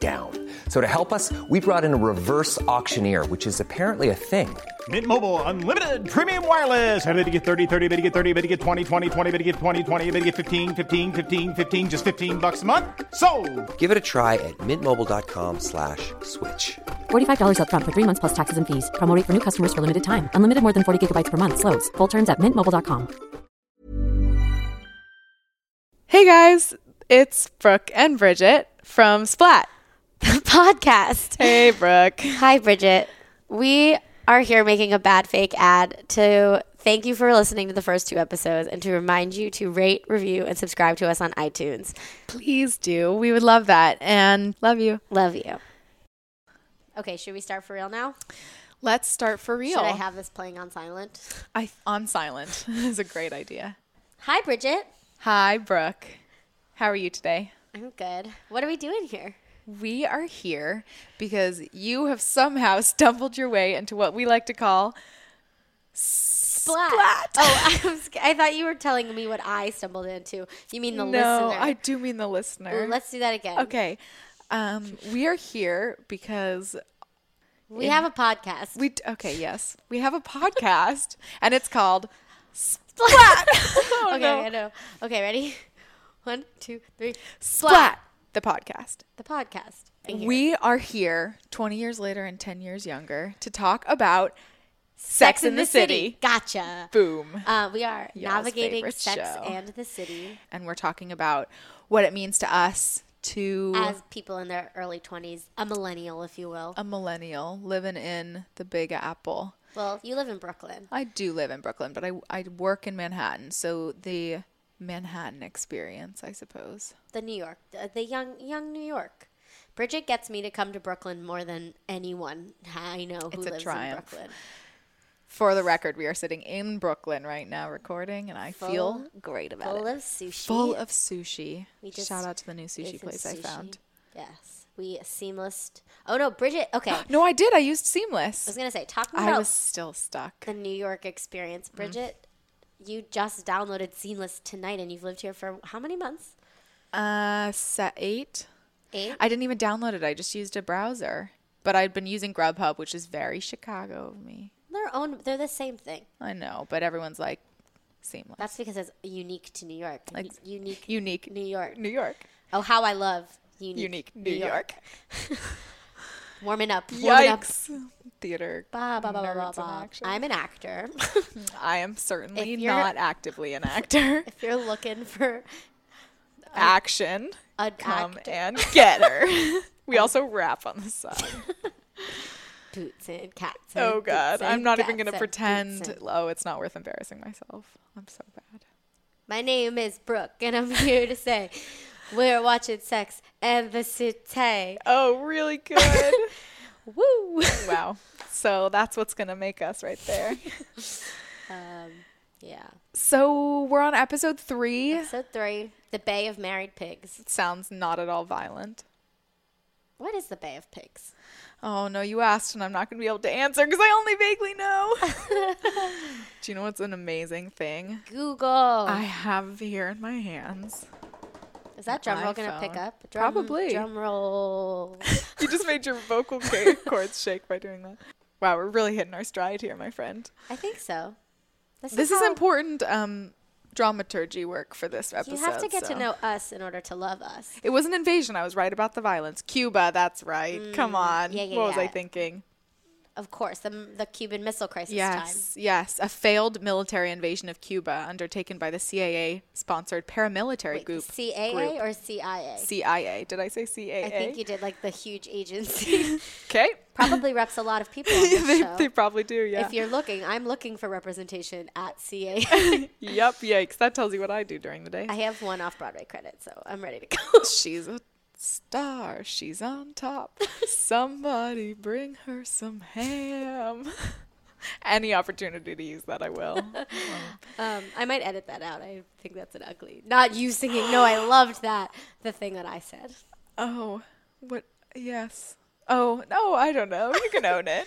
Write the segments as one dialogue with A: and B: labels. A: down. So to help us, we brought in a reverse auctioneer, which is apparently a thing.
B: Mint Mobile unlimited premium wireless. Ready to get 30, 30, bit to get 30, bit to get 20, 20, 20, bit to get 20, 20, bit to get 15, 15, 15, 15 just 15 bucks a month. So,
A: Give it a try at mintmobile.com slash switch.
C: $45 up front for three months plus taxes and fees. Promo rate for new customers for limited time. Unlimited more than 40 gigabytes per month. Slows. Full terms at mintmobile.com.
D: Hey guys, it's Brooke and Bridget from Splat.
E: podcast.
D: Hey Brooke.
E: Hi, Bridget. We are here making a bad fake ad to thank you for listening to the first two episodes and to remind you to rate, review, and subscribe to us on iTunes.
D: Please do. We would love that and love you.
E: Love you. Okay, should we start for real now?
D: Let's start for real.
E: Should I have this playing on silent?
D: I, on silent is a great idea.
E: Hi, Bridget.
D: Hi Brooke. How are you today?
E: I'm good. What are we doing here?
D: We are here because you have somehow stumbled your way into what we like to call
E: Splat. Oh, I, was, I thought you were telling me what I stumbled into. You mean the
D: no,
E: listener?
D: I do mean the listener.
E: Ooh, Let's do that again.
D: okay. Um, we are here because
E: We have a podcast.
D: we okay, yes. We have a podcast and it's called
E: Splat. Oh, okay,
D: Oh, no.
E: I know. Okay, ready? One, two, three.
D: Splat, the podcast.
E: The podcast. Thank you.
D: We are here 20 years later and 10 years younger to talk about Sex, in the, City.
E: Gotcha.
D: Boom.
E: Uh, we are
D: Y'all's
E: navigating
D: favorite
E: sex
D: show.
E: and the city
D: And we're talking about what it means to us to
E: as people in their early 20s, a millennial, if you will.
D: a millennial living in the Big Apple.
E: well, you live in Brooklyn.
D: I do live in Brooklyn, but I, I work in Manhattan. So the Manhattan experience, I suppose.
E: the New York, the, the young young New York. Bridget gets me to come to Brooklyn more than anyone I know who
D: It's a
E: lives
D: triumph.
E: in Brooklyn.
D: For the record, we are sitting in Brooklyn right now recording, and I feel great about
E: Full
D: it.
E: of sushi.
D: Full of sushi.
E: We just
D: Shout out to the new
E: ate
D: sushi
E: some
D: place I
E: sushi.
D: found.
E: Yes, we seamless. Oh no, Bridget. Okay, I
D: No, I did. I used Seamless.
E: was gonna say talking
D: I
E: about
D: was still stuck.
E: the New York experience,
D: Mm-hmm.
E: Bridget. You just downloaded Seamless tonight, and you've lived here for how many months?
D: Uh, set eight.
E: Eight.
D: I didn't even download it. I just used a browser. But I'd been using Grubhub, which is very Chicago of me.
E: They're own. They're the same thing.
D: I know, but everyone's like seamless.
E: That's because it's unique to New York. U-
D: Ex-
E: unique.
D: unique.
E: New York.
D: New York.
E: Oh, how I love unique.
D: Unique. New, York.
E: Warming up. Warming up.
D: Yikes. Theater.
E: Ba, ba, ba, ba, ba,
D: nerds in
E: ba.
D: action.
E: I'm an actor.
D: I am certainly
E: If you're-
D: not actively an actor.
E: if you're looking for
D: Action.
E: an
D: Come
E: actor,
D: and get her. we also rap on the side.
E: boots and cats. and
D: Oh
E: boots
D: God, I'm
E: and
D: not even
E: cats and
D: gonna
E: boots
D: pretend.
E: and-
D: Oh, it's not worth embarrassing myself. I'm so bad.
E: My name is Brooke, and I'm here to say we're watching Sex and the City.
D: Oh, really good.
E: Woo!
D: wow. So that's what's gonna make us right there.
E: Um, yeah.
D: So we're on episode three.
E: So three, the Bay of Married Pigs.
D: Sounds not at all violent.
E: What is the Bay of Pigs?
D: Oh no, you asked, and I'm not gonna be able to answer because I only vaguely know. Do you know what's an amazing thing?
E: Google.
D: I have here in my hands.
E: is that drum roll gonna pick
D: iPhone.
E: up? Drum,
D: Probably.
E: Drum roll.
D: You just made your vocal ca- cords shake by doing that. Wow, we're really hitting our stride here, my friend.
E: I think so.
D: This is
E: how-
D: important um, dramaturgy work for this episode.
E: You have to get
D: so-
E: to know us in order to love us.
D: It was an invasion. I was right about the violence. Cuba, that's right. Come on.
E: Mm, yeah, yeah,
D: what was I
E: yeah.
D: thinking?
E: Of course, the, the Cuban Missile Crisis time.
D: Yes, yes. A failed military invasion of Cuba undertaken by the CIA sponsored paramilitary
E: Wait,
D: group.
E: CAA
D: group.
E: or CIA?
D: CIA. Did I say CIA?
E: I think you did like the huge agency.
D: Okay.
E: Probably reps a lot of people on this
D: they,
E: show.
D: they probably do, yeah.
E: If you're looking, I'm looking for representation at CAA.
D: Yep, yikes. That tells you what I do during the day.
E: I have one off Broadway credit, so I'm ready to go.
D: She's a star. She's on top. Somebody bring her some ham. any opportunity to use that, I will.
E: Um, I might edit that out. I think that's an ugly. Not you singing. No, I loved that. The thing that I said.
D: oh, what? Yes. Oh, no, I don't know. You can own it.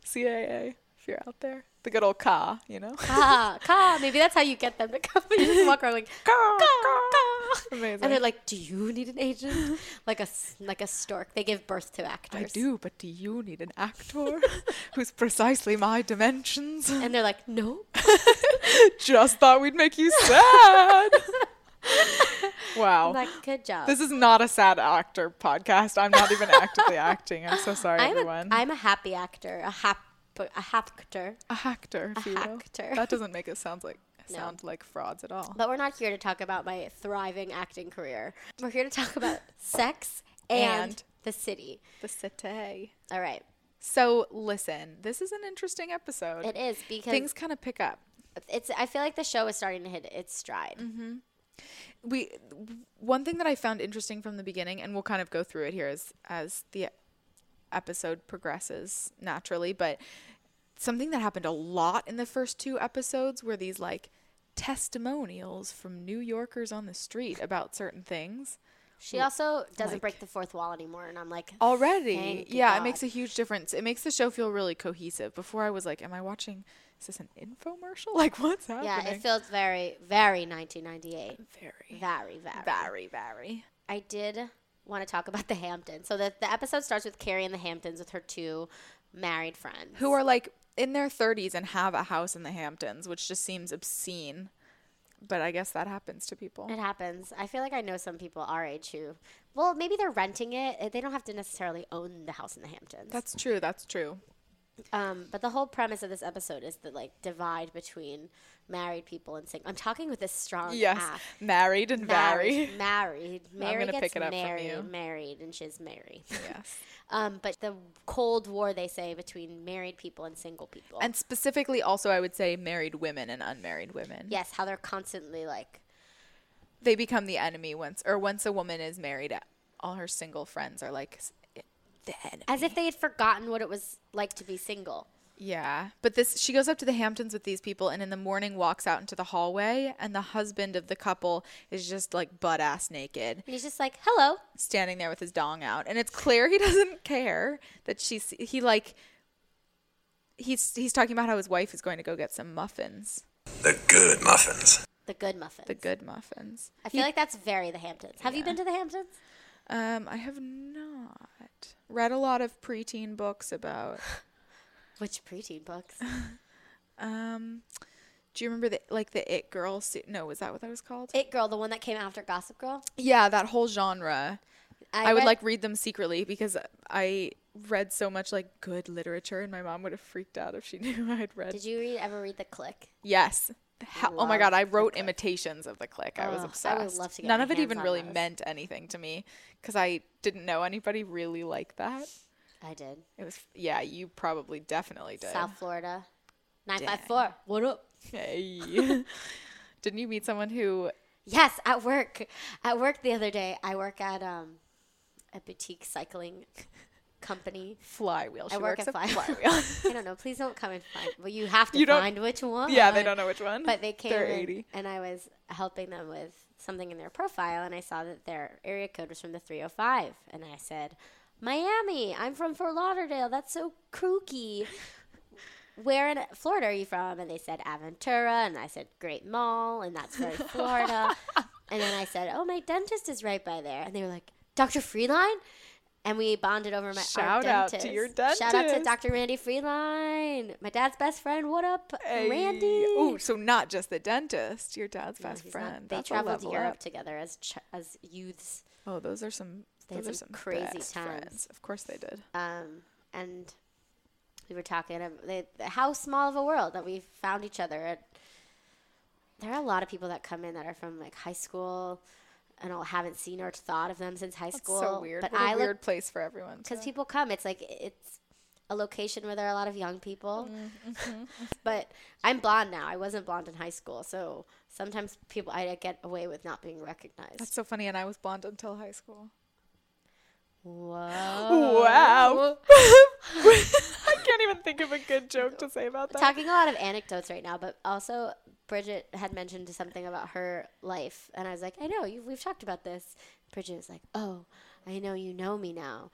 D: CAA, if you're out there. The good old ka, you know?
E: Ka, ka. Maybe that's how you get them to come. You just walk around like
D: Ka,
E: ka,
D: ka.
E: ka. And they're
D: Amazing.
E: like, "Do you need an agent?" Like a s- like a stork. They give birth to actors.
D: I do, but do you need an actor who's precisely my dimensions?
E: And they're like, "No."
D: Just thought we'd make you sad. wow.
E: I'm like, uh, good job.
D: This is not a sad actor podcast. I'm not even actively acting. I'm so sorry,
E: I'm a,
D: everyone.
E: I'm a happy actor. A hap a hapter.
D: a hacker, if
E: a
D: you will.
E: hacker.
D: That doesn't make it sound like
E: No.
D: sound like frauds at all.
E: But we're not here to talk about my thriving acting career. We're here to talk about sex and,
D: And-
E: the city.
D: The city.
E: All right.
D: So listen, this is an interesting episode.
E: It is because
D: Things kind of pick up.
E: it's. I feel like the show is starting to hit its stride.
D: Mm-hmm. we one thing that I found interesting from the beginning, and we'll kind of go through it here as as the episode progresses naturally, but something that happened a lot in the first two episodes were these like testimonials from New Yorkers on the street about certain things.
E: She also doesn't
D: like-
E: break the fourth wall anymore, and I'm like,
D: Already.
E: Thank
D: yeah,
E: God.
D: it makes a huge difference. It makes the show feel really cohesive. Before I was like, Am I watching is this an infomercial? Like what's happening?
E: yeah, it feels very, very 1998.
D: very
E: Very, very.
D: very, very.
E: I did want to talk about the Hamptons. So the the episode starts with Carrie in the Hamptons with her two married friends.
D: who are like in their 30s and have a house in the Hamptons, which just seems obscene. But I guess that happens to people.
E: It happens. I feel like I know some people our age who, well, maybe they're renting it. Uh, They don't have to necessarily own the house in the Hamptons.
D: That's true. That's true.
E: um, but the whole premise of this episode is the like divide between married people and single. I'm talking with this strong
D: Yes.
E: act.
D: Married and
E: Married,
D: varied.
E: married. Mary
D: gonna
E: gets
D: pick it up from
E: married,
D: you.
E: married, and she's Mary.
D: Yes.
E: um, but the Cold War, they say, between married people and single people.
D: And specifically, also, I would say married women and unmarried women.
E: yes, how they're constantly like
D: They become the enemy once, or once a woman is married, all her single friends are like s- the enemy.
E: as if they had forgotten what it was like to be single.
D: Yeah. But this she goes up to the Hamptons with these people and in the morning walks out into the hallway and the husband of the couple is just like butt ass naked
E: And he's just like, "Hello,
D: standing there with his dong out and it's clear he doesn't care that she's he like he's he's talking about how his wife is going to go get some muffins
F: The good muffins.
E: the good muffin."
D: the good muffins
E: I feel like that's very the Hamptons. Have you been to the Hamptons?
D: um i have not read a lot of preteen books about
E: Which preteen books?
D: um do you remember the like the it girl se- no was that what that was called
E: it Girl, the one that came after Gossip Girl.
D: yeah that whole genre I, would
E: read-
D: like read them secretly because I read so much like good literature, and my mom would have freaked out if she knew I had read.
E: Did you read, ever read The Click?
D: yes. How, oh my god! I wrote imitations of the click. I was
E: Ugh,
D: obsessed.
E: I would love to get
D: None
E: my
D: of it
E: hands
D: even
E: on
D: really
E: those.
D: meant anything to me because I didn't know anybody really like that.
E: I did.
D: It was yeah. You probably definitely did.
E: South Florida, nine five four. What up?
D: Hey. didn't you meet someone who?
E: Yes, at work. At work the other day, I work at um, a boutique cycling company.
D: Flywheel. She
E: I work
D: works
E: at Flywheel.
D: flywheel.
E: I don't know. Please don't come and find. Well, you have to
D: You don't-
E: find which one.
D: yeah, they don't know which one.
E: But they came
D: They're
E: in,
D: 80.
E: and I was helping them with something in their profile, and I saw that their area code was from the 305, and I said, "Miami, I'm from Fort Lauderdale. That's so kooky." Where in Florida are you from? And they said Aventura, and I said Great Mall, and that's very Florida. and then I said, "Oh, my dentist is right by there," and they were like, "Dr. Freeline." And we bonded over my our
D: Shout out to
E: dentist.
D: your
E: Shout out to
D: dentist.
E: Dr. Randy Freeline, my dad's best friend. What up, Randy?
D: Oh, so not just the dentist, your dad's best
E: He's not-
D: friend.
E: They
D: That's a
E: traveled to
D: level
E: Europe
D: up.
E: together as ch- as youths,
D: Oh, those are some.
E: They had
D: those are
E: some
D: some
E: crazy
D: best
E: times.
D: friends. Of course they did.
E: um, and we were talking about the- the- how small of a world that we found each other. At. There are a lot of people that come in that are from like high school, and I haven't seen or thought of them since high
D: That's
E: school.
D: so weird.
E: But
D: what a
E: I
D: weird
E: look
D: place for everyone.
E: because
D: to-
E: people come. It's like it's a location where there are a lot of young people.
D: Mm, mm-hmm,
E: but I'm blonde now. I wasn't blonde in high school, so sometimes people I get away with not being recognized.
D: That's so funny. And I was blonde until high school.
E: Whoa.
D: Wow. I can't even think of a good joke to say about that.
E: talking a lot of anecdotes right now, but also Bridget had mentioned something about her life, and I was like, I know you, we've talked about this. Bridget was like, Oh, I know you know me now,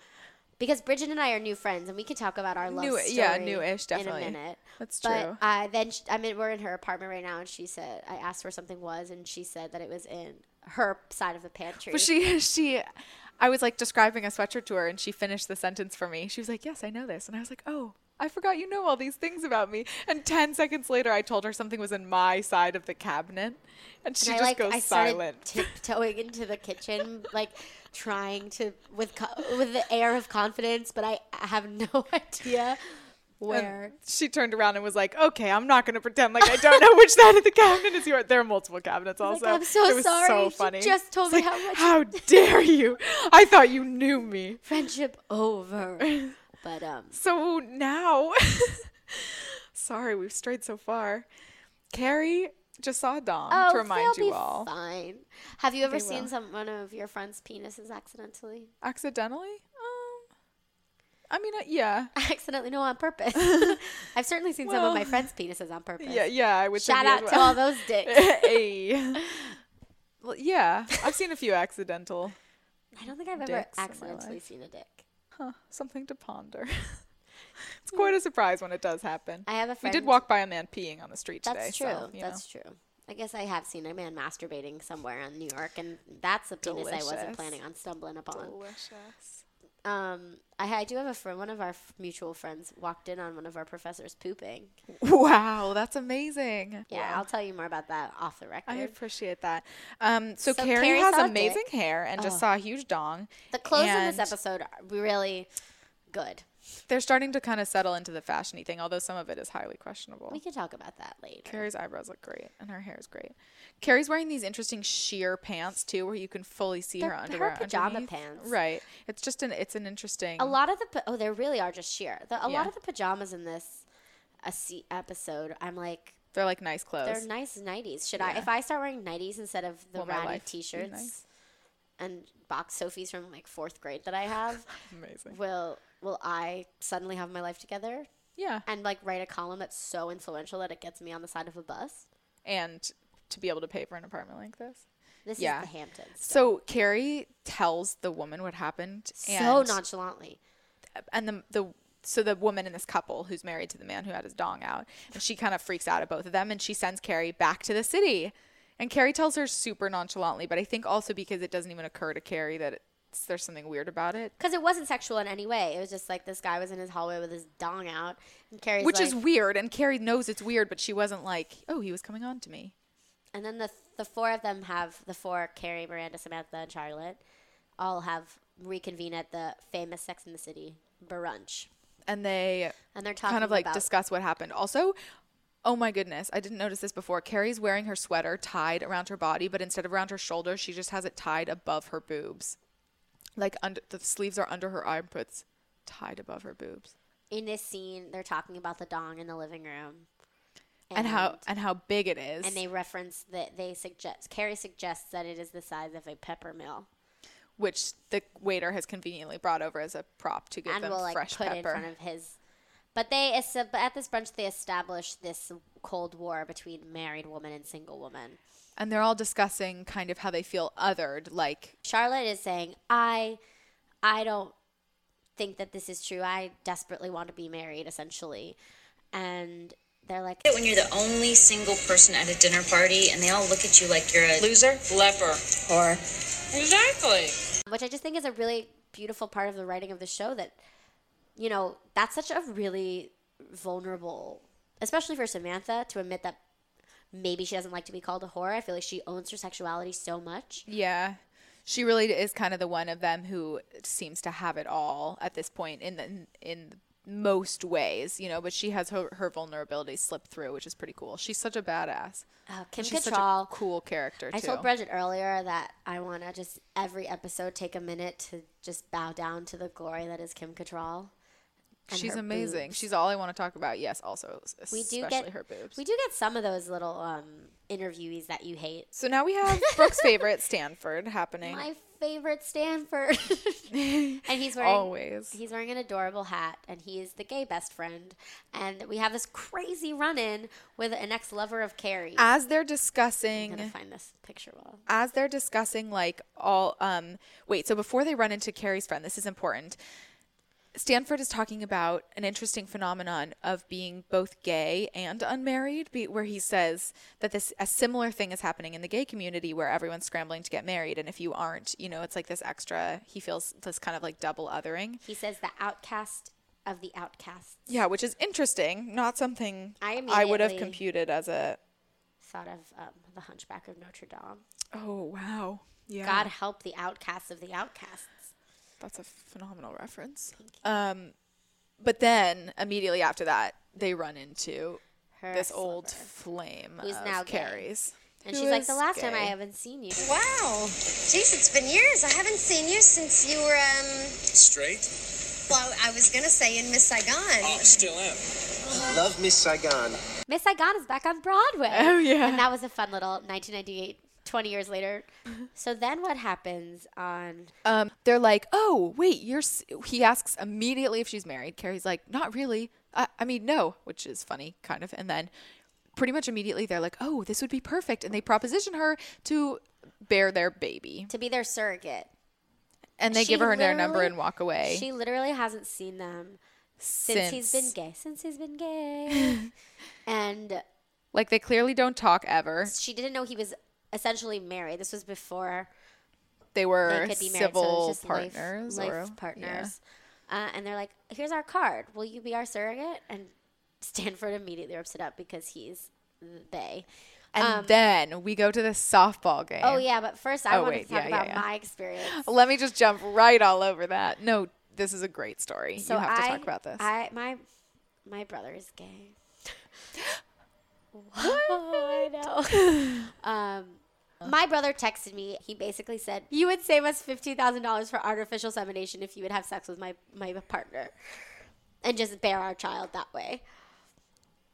E: because Bridget and I are new friends, and we could talk about our love
D: New-
E: story.
D: yeah, new-ish, definitely.
E: In a minute,
D: That's true.
E: But uh, then sh I mean, we're in her apartment right now, and she said, I asked where something was, and she said that it was in her side of the pantry.
D: But she she I was like describing a sweatshirt to her and she finished the sentence for me. She was like, "Yes, I know this." And I was like, "Oh, I forgot you know all these things about me." And 10 seconds later, I told her something was in my side of the cabinet, and she
E: And I
D: just
E: like
D: goes
E: I started
D: silent.
E: tiptoeing into the kitchen, like trying to with co- with the air of confidence, but I have no idea where.
D: she turned around and was like, "Okay, I'm not going to pretend like I don't know which side of the cabinet is yours. There are multiple cabinets
E: like,
D: also."
E: I'm so
D: it was
E: sorry.
D: so
E: You
D: funny.
E: just told
D: It's
E: me
D: like,
E: how much-
D: How dare you? I thought you knew me.
E: Friendship over, but um,
D: So now, sorry, we've strayed so far. Carrie just saw Dom
E: oh,
D: to remind
E: they'll
D: you
E: be
D: all.
E: fine. Have you ever
D: They
E: seen
D: will.
E: some one of your friends' penises accidentally?
D: Accidentally? Um, I mean, uh, yeah,
E: accidentally, no, on purpose. I've certainly seen some
D: Well,
E: of my friends' penises on purpose.
D: yeah, yeah. I would think
E: Shout
D: you
E: out
D: as
E: to
D: well.
E: all those dicks.
D: hey. Well, yeah, I've seen a few accidental.
E: I don't think I've ever
D: Dicks in my
E: accidentally
D: life.
E: seen a dick.
D: Something to ponder. it's quite a surprise when it does happen.
E: I have a
D: We did
E: friend-
D: walk by a man peeing on the street today.
E: That's true.
D: so, you know.
E: that's true. I guess I have seen a man masturbating somewhere in New York, and that's a penis I
D: Delicious.
E: wasn't planning on stumbling upon.
D: Delicious.
E: Um, I, I do have a friend. One of our f- mutual friends walked in on one of our professors pooping.
D: Wow, that's amazing.
E: Yeah, I'll tell you more about that off the record.
D: I appreciate that. Um, so,
E: So
D: Carrie,
E: Carrie
D: has
E: saw a
D: amazing
E: dick.
D: hair and just saw a huge dong.
E: the clothes in this
D: and
E: episode are really good.
D: They're starting to kind of settle into the fashiony thing, although some of it is highly questionable.
E: We can talk about that later.
D: Carrie's eyebrows look great and her hair is great. Carrie's wearing these interesting sheer pants too, where you can fully see
E: They're
D: her
E: her
D: underwear.
E: pajama
D: underneath.
E: pants.
D: Right. It's just an it's an interesting.
E: a lot of the pa- oh, they really are just sheer. The, a
D: Yeah.
E: lot of the pajamas in this a se- episode, I'm like,
D: They're like nice clothes.
E: They're nice nighties. Should I, if I start wearing nighties instead of the
D: Will my
E: ratty
D: life be
E: t-shirts
D: nice?
E: and box Sophies from like fourth grade that I have,
D: Amazing.
E: will will I suddenly have my life together
D: Yeah.
E: and like write a column that's so influential that it gets me on the side of a bus?
D: And to be able to pay for an apartment like this.
E: This
D: Yeah.
E: is the Hamptons.
D: So Carrie tells the woman what happened.
E: so
D: and
E: nonchalantly.
D: and the the so the woman in this couple who's married to the man who had his dong out, and she kind of freaks out at both of them, and she sends Carrie back to the city, and Carrie tells her super nonchalantly, but I think also because it doesn't even occur to Carrie that it's, there's something weird about it,
E: Because it wasn't sexual in any way. It was just like this guy was in his hallway with his dong out and Carrie's
D: which
E: like,
D: is weird, and Carrie knows it's weird, but she wasn't like, oh, he was coming on to me.
E: And then the the four of them have the four Carrie, Miranda, Samantha, and Charlotte all have reconvene at the famous Sex in the City brunch,
D: And they
E: and they're talking
D: kind of like
E: about
D: discuss what happened. Also, oh my goodness, I didn't notice this before. Carrie's wearing her sweater tied around her body, but instead of around her shoulders, she just has it tied above her boobs. Like under the sleeves are under her armpits, tied above her boobs.
E: in this scene. They're talking about the dong in the living room,
D: And, how and how big it is.
E: and they reference that they suggest Carrie suggests that it is the size of a peppermill,
D: which the waiter has conveniently brought over as a prop to give
E: and
D: them
E: will like
D: fresh
E: put in
D: pepper.
E: front of his. But they es- at this brunch they establish this cold war between married woman and single woman.
D: and they're all discussing kind of how they feel othered, like
E: Charlotte is saying, "I, I don't think that this is true. I desperately want to be married, essentially." And they're like,
G: it when you're the only single person at a dinner party and they all look at you like you're a loser, leper, or exactly.
E: which I just think is a really beautiful part of the writing of the show. That you know, that's such a really vulnerable, especially for Samantha, to admit that maybe she doesn't like to be called a whore. I feel like she owns her sexuality so much.
D: Yeah. She really is kind of the one of them who seems to have it all at this point in the, in most ways, you know, but she has her, her vulnerability slip through, which is pretty cool. She's such a badass.
E: Uh, Kim
D: She's such a
E: Cattrall.
D: cool character too.
E: I told Bridget earlier that I want to just every episode take a minute to just bow down to the glory that is Kim Cattrall. and
D: She's
E: her
D: amazing.
E: boobs.
D: She's all I want to talk about. Yes, also especially
E: we do get
D: her boobs.
E: we do get some of those little um, interviewees that you hate.
D: so now we have Brooke's favorite Stanford happening.
E: My favorite Stanford. and he's wearing
D: Always.
E: he's wearing an adorable hat and he is the gay best friend. And we have this crazy run in with an ex lover of Carrie.
D: As they're
E: I'm gonna
D: discussing
E: find this picture well.
D: as they're discussing like all um wait so before they run into carrie's friend this is important stanford is talking about an interesting phenomenon of being both gay and unmarried be, where he says that this a similar thing is happening in the gay community where everyone's scrambling to get married and if you aren't you know it's like this extra he feels this kind of like double othering
E: He says the outcast of the outcasts.
D: yeah which is interesting not something
E: I
D: i would have
E: immediately-
D: computed as a
E: Thought of um, the Hunchback of Notre Dame.
D: oh wow yeah
E: God help the outcasts of the outcasts.
D: That's a phenomenal reference. Um, but then immediately after that, they run into
E: Her
D: this old
E: silver.
D: flame
E: Who's
D: of
E: now gay.
D: Carrie's,
E: and
D: who
E: she's like, the
D: is
E: last time I
D: gay."
E: haven't seen you.
H: Wow. Jeez, it's been years. I haven't seen you since you were, um,
F: Straight?
H: well, I was gonna say in Miss Saigon.
F: Oh,
G: Oh.
F: still am.
I: Love Miss Saigon.
E: Miss Saigon is back on Broadway.
D: Oh, yeah.
E: And that was a fun little 1998, 20 years later. so then what happens on.
D: Um, they're like, "Oh, wait, you're." s-" He asks immediately if she's married. Carrie's like, "Not really. I, I mean, no," which is funny, kind of. And then, pretty much immediately, they're like, "Oh, this would be perfect," and they proposition her to bear their baby,
E: To be their surrogate.
D: and they
E: She
D: give her their number
E: literally-
D: and walk away.
E: She literally hasn't seen them since, he's been gay. Since he's been gay. and
D: like they clearly don't talk ever.
E: she didn't know he was essentially married. This was before
D: They
E: they
D: were
E: could be married. so
D: civil
E: it was just
D: partners,
E: Life,
D: or-
E: life
D: yeah.
E: partners. Uh, and they're like, here's our card. Will you be our surrogate? And Stanford immediately rips it up because he's they.
D: And then we go to the softball game.
E: Um, Oh yeah, but first I
D: Oh,
E: want
D: wait,
E: to talk
D: yeah, yeah,
E: about
D: yeah.
E: my experience.
D: Let me just jump right all over that. No, this is a great story. you have to
E: I-
D: talk about this.
E: I my my brother is gay. Whoa, I know. um, my brother texted me. He basically said, "You would save us fifteen thousand dollars for artificial insemination if you would have sex with my my partner, and just bear our child that way."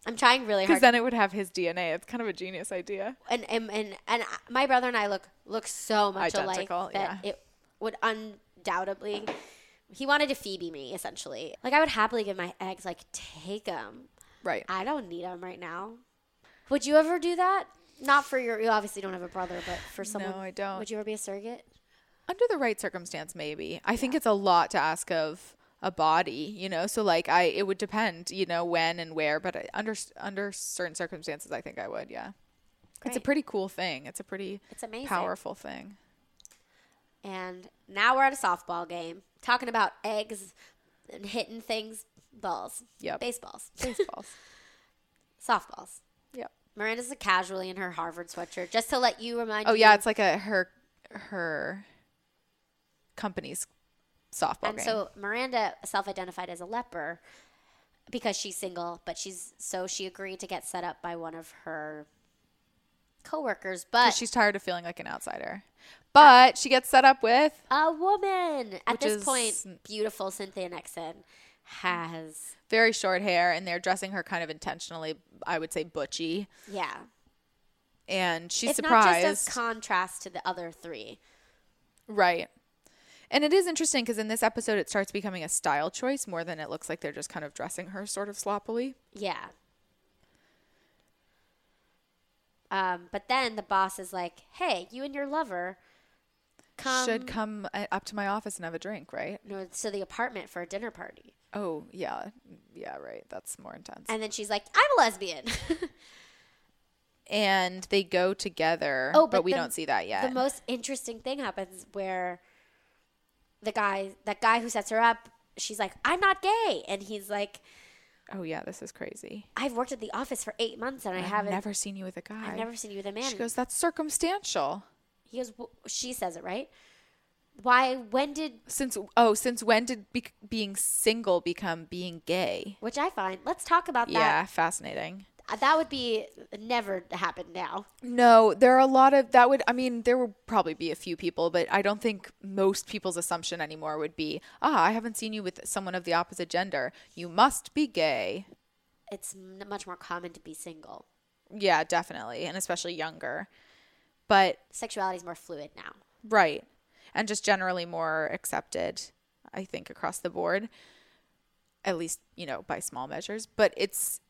E: I'm trying really
D: Because
E: hard
D: then it would have his DNA. It's kind of a genius idea.
E: and and and, and I- my brother and I look look so much
D: Identical,
E: alike that
D: yeah.
E: it would undoubtedly. He wanted to Phoebe me essentially. Like I would happily give my eggs. Like take them.
D: Right.
E: I don't need them right now. Would you ever do that? Not for your. You obviously don't have a brother, but for someone.
D: I don't.
E: Would you ever be a surrogate?
D: Under the right circumstance, maybe. I think it's a lot to ask of a body, you know? So, like, I it would depend, you know, when and where. But I- under, under certain circumstances, I think I would, yeah. It's a
E: Great.
D: pretty cool thing. It's a pretty
E: It's amazing.
D: powerful thing.
E: And now we're at a softball game talking about eggs and hitting things, balls.
D: Yep.
E: Baseballs.
D: Baseballs.
E: Softballs.
D: yep.
E: Miranda's a casually in her Harvard sweatshirt. Just to let you remind.
D: Oh
E: you,
D: yeah, it's like a her her company's softball
E: and
D: game.
E: so Miranda self-identified as a leper because she's single, but she's so she agreed to get set up by one of her coworkers,
D: 'Cause
E: but
D: she's tired of feeling like an outsider. But she gets set up with
E: a woman. At
D: Which
E: this
D: is-
E: point, beautiful Cynthia Nixon has
D: very short hair and they're dressing her kind of intentionally, I would say butchy.
E: yeah.
D: And she's
E: it's not
D: surprised.
E: just a contrast to the other three.
D: right. And it is interesting because in this episode it starts becoming a style choice more than it looks like they're just kind of dressing her sort of sloppily.
E: Yeah. Um, but then the boss is like, "Hey, you and your lover come,
D: Should come uh, up to my office and have a drink, right?
E: no, to the apartment for a dinner party."
D: Oh, yeah. Yeah, right. That's more intense.
E: And then she's like, "I'm a lesbian."
D: and they go together.
E: oh,
D: but, we
E: the-
D: don't see that yet.
E: The most interesting thing happens where the guy, that guy who sets her up, she's like, "I'm not gay," and he's like,
D: oh yeah, this is crazy.
E: "I've worked at the office for eight months and I
D: I've
E: haven't,
D: never seen you with a guy.
E: I've never seen you with a man."
D: She goes, that's circumstantial.
E: he goes, "Wh- "She says it right." Why? When did
D: Since oh, since when did be- being single become being gay?
E: which I find. Let's talk about that.
D: Yeah, fascinating.
E: Uh, That would be never happen now.
D: No, there are a lot of that would I mean, there would probably be a few people, but I don't think most people's assumption anymore would be, "Ah, I haven't seen you with someone of the opposite gender. You must be gay."
E: It's n- much more common to be single.
D: Yeah, definitely, and especially younger. But
E: Sexuality is more fluid now.
D: Right. and just generally more accepted, I think, across the board, at least, you know, by small measures. But it's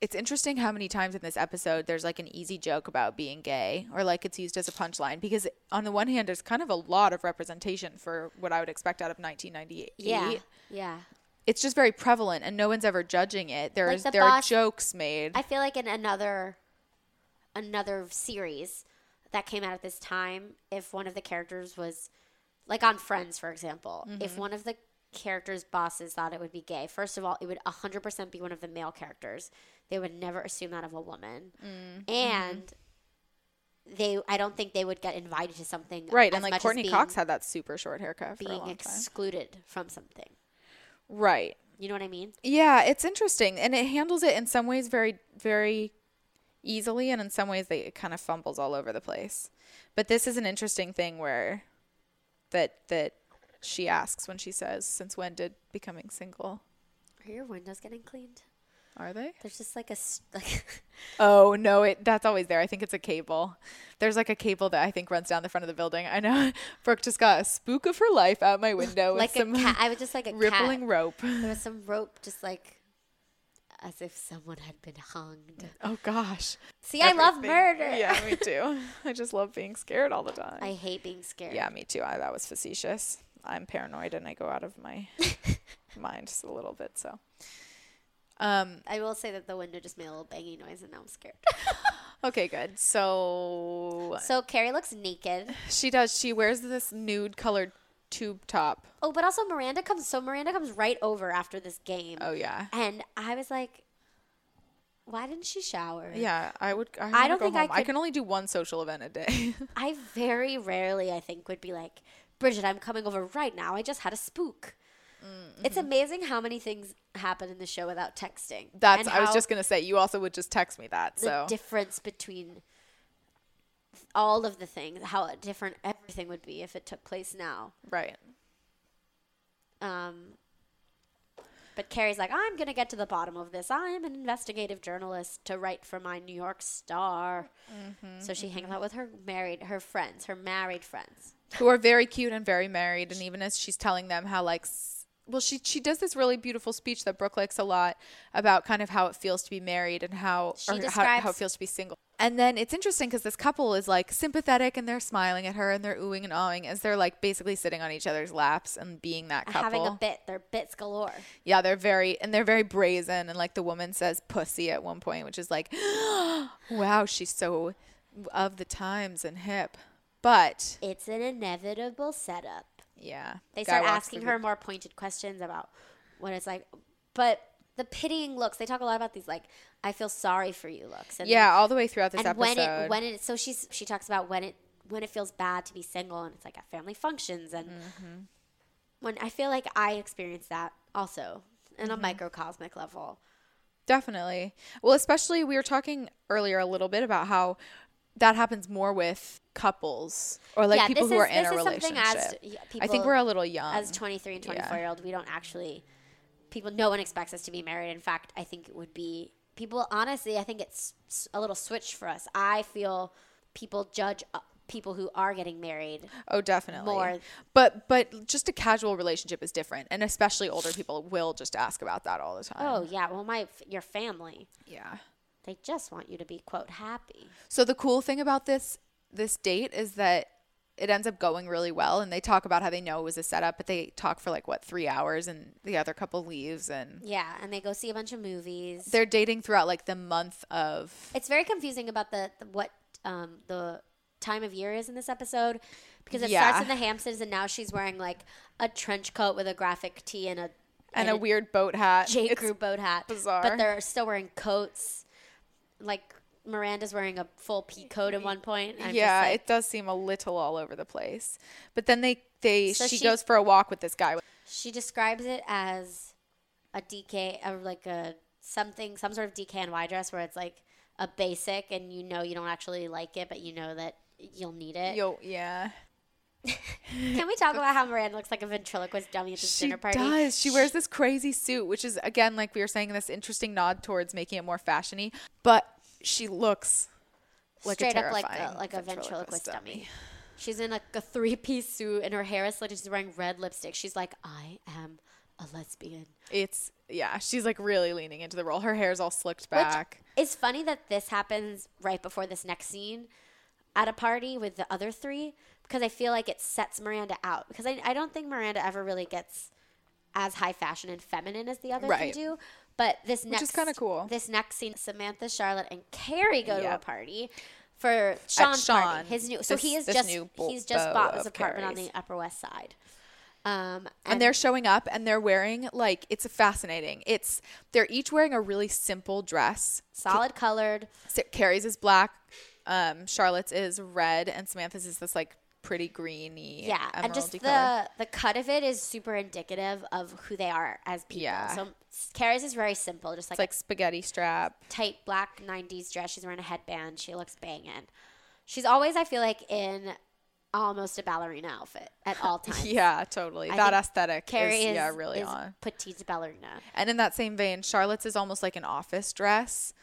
D: it's interesting how many times in this episode there's like an easy joke about being gay or like it's used as a punchline because on the one hand there's kind of a lot of representation for what I would expect out of 1998.
E: Yeah. Yeah.
D: It's just very prevalent and no one's ever judging it. There
E: Like
D: is
E: the
D: there
E: boss-
D: are jokes made.
E: I feel like in another another series that came out at this time, if one of the characters was like on Friends, for example, if
D: Mm-hmm.
J: Mhm.
E: one of the characters' bosses thought it would be gay, first of all, it would 100% be one of the male characters. They would never assume that of a woman.
D: Mm,
E: And they, I don't think they would get invited to something.
D: right,
E: as
D: and
E: much
D: like
E: as
D: Courtney
E: being-
D: Cox had that super short haircut for a
E: being
D: long
E: excluded from something.
D: time. Right.
E: You know what I mean?
D: Yeah, it's interesting, and it handles it in some ways very, very easily, and in some ways they, it kind of fumbles all over the place. But this is an interesting thing where that that she asks when she says, "Since when did becoming single?"
E: Are your windows getting cleaned?
D: Are they?
E: There's just like a s- like
D: Oh no, it that's always there. I think it's a cable. There's like a cable that I think runs down the front of the building. I know Brooke just got a spook of her life out my window
E: like
D: with some
E: a cat. I was just like a
D: rippling
E: cat.
D: rope.
E: There was some rope, just like as if someone had been hung.
D: Oh gosh.
E: See, I love murder.
D: Yeah, me too. I just love being scared all the time.
E: I hate being scared.
D: Yeah, me too. I, that was facetious. I'm paranoid and I go out of my mind just a little bit. So, um,
E: I will say that the window just made a little banging noise, and now I'm scared.
D: okay, good. So,
E: so Carrie looks naked.
D: she does. She wears this nude colored tube top.
E: Oh, but also Miranda comes. So Miranda comes right over after this game.
D: Oh yeah.
E: And I was like, why didn't she shower?
D: Yeah, I would. I,
E: don't
D: don't go
E: think
D: think
E: I
D: home. I,
E: could-
D: can only do one social event a day.
E: I very rarely, I think, would be like, Bridget, I'm coming over right now. I just had a spook.
D: Mm,
E: It's
D: mm-hmm.
E: amazing how many things happen in the show without texting.
D: That's.
E: and
D: I was
E: how
D: just gonna say. You also would just text me that.
E: the
D: So
E: difference between all of the things, how different everything would be if it took place now.
D: Right.
E: Um. But Carrie's like, I'm gonna get to the bottom of this. I am an investigative journalist to write for my New York Star.
D: Mm-hmm,
E: so she hangs out with her married, her friends, her married friends.
D: who are very cute and very married. And even as she's telling them how like, s- well, she she does this really beautiful speech that Brooke likes a lot about kind of how it feels to be married and how
E: She
D: or how,
E: describes-
D: how it feels to be single. And then it's interesting because this couple is like sympathetic and they're smiling at her and they're oohing and awing as they're like basically sitting on each other's laps and being that couple.
E: Having a bit, their bits galore.
D: Yeah, they're very and they're very brazen and like the woman says pussy at one point, which is like wow, she's so of the times and hip. But
E: it's an inevitable setup.
D: Yeah.
E: They
D: guy
E: start
D: walks
E: asking
D: through the-
E: her more pointed questions about what it's like. But the pitying looks, they talk a lot about these like I feel sorry for you looks.
D: Yeah, all the way throughout this
E: and when it
D: episode.
E: when it so she's she talks about when it when it feels bad to be single and it's like at family functions and
D: Mm-hmm.
E: when I feel like I experienced that also in a
D: Mhm.
E: microcosmic level.
D: Definitely. Well, especially we were talking earlier a little bit about how that happens more with couples or like
E: Yeah,
D: people
E: this
D: who are
E: is-
D: in a
E: this is something
D: relationship.
E: as yeah,
D: I think
E: people-
D: we're a little young.
E: As 23 and 24
D: Yeah.
E: year old, we don't actually, people, no one expects us to be married. In fact, I think it would be, people, honestly, I think it's s- a little switch for us. I feel people judge uh, people who are getting married.
D: Oh, definitely.
E: More.
D: But but just a casual relationship is different, and especially older people will just ask about that all the time.
E: Oh, yeah. Well, my, your family.
D: Yeah.
E: They just want you to be, quote, happy.
D: So the cool thing about this this date is that it ends up going really well, and they talk about how they know it was a setup, but they talk for like what three hours, and the other couple leaves, and
E: Yeah. And they go see a bunch of movies.
D: they're dating throughout like the month of
E: It's very confusing about the, the what um, the time of year is in this episode because it
D: Yeah.
E: starts in the Hamptons and now she's wearing like a trench coat with a graphic tee and a
D: and, a weird boat hat.
E: J
D: It's-
E: Crew boat hat.
D: bizarre.
E: But they're still wearing coats. Like Miranda's wearing a full pea coat at one point. I'm just
D: yeah,
E: like-
D: it does seem a little all over the place. But then they they
E: So
D: she,
E: she-
D: goes for a walk with this guy.
E: she describes it as a DK or like a something some sort of DKNY dress where it's like a basic and you know you don't actually like it but you know that you'll need it.
D: Yo, yeah.
E: Can we talk about how Miranda looks like a ventriloquist dummy at this
D: She
E: dinner party?
D: does. She wears this crazy suit, which is again like we were saying this interesting nod towards making it more fashiony, but she looks like
E: straight
D: a
E: up like a
D: terrifying
E: like a ventriloquist dummy. She's in like a three piece suit and her hair is slit and she's wearing red lipstick. She's like, I am a lesbian.
D: It's yeah, she's like really leaning into the role. Her hair's all slicked back.
E: It's funny that this happens right before this next scene at a party with the other three because I feel like it sets Miranda out because I, I don't think Miranda ever really gets as high fashion and feminine as the other
D: Right.
E: three do. But this
D: Which
E: next
D: is kinda cool.
E: This next scene, Samantha, Charlotte, and Carrie go to a
D: Yep.
E: party for Sean's
D: Sean,
E: party. His new so
D: this-
E: he is
D: this
E: just
D: new bo-
E: he's just
D: beau
E: bought this
D: of
E: apartment on
D: Carrie's.
E: the Upper West Side. Um,
D: and, they're showing up and they're wearing like it's fascinating. It's they're each wearing a really simple dress.
E: solid colored.
D: Sa- Carrie's is black, um, Charlotte's is red, and Samantha's is this like pretty greeny,
E: yeah and just the
D: emeraldy color.
E: the cut of it is super indicative of who they are as people
D: Yeah.
E: so s- Kara's is very simple just like,
D: it's like spaghetti strap.
E: a tight black 90s dress she's wearing a headband she looks banging she's always i feel like in almost a ballerina outfit at all times
D: Yeah, totally.
E: I
D: that
E: think
D: aesthetic
E: Carrie
D: is,
E: is,
D: yeah really
E: is
D: on.
E: petite ballerina
D: And in that same vein, Charlotte's is almost like an office dress.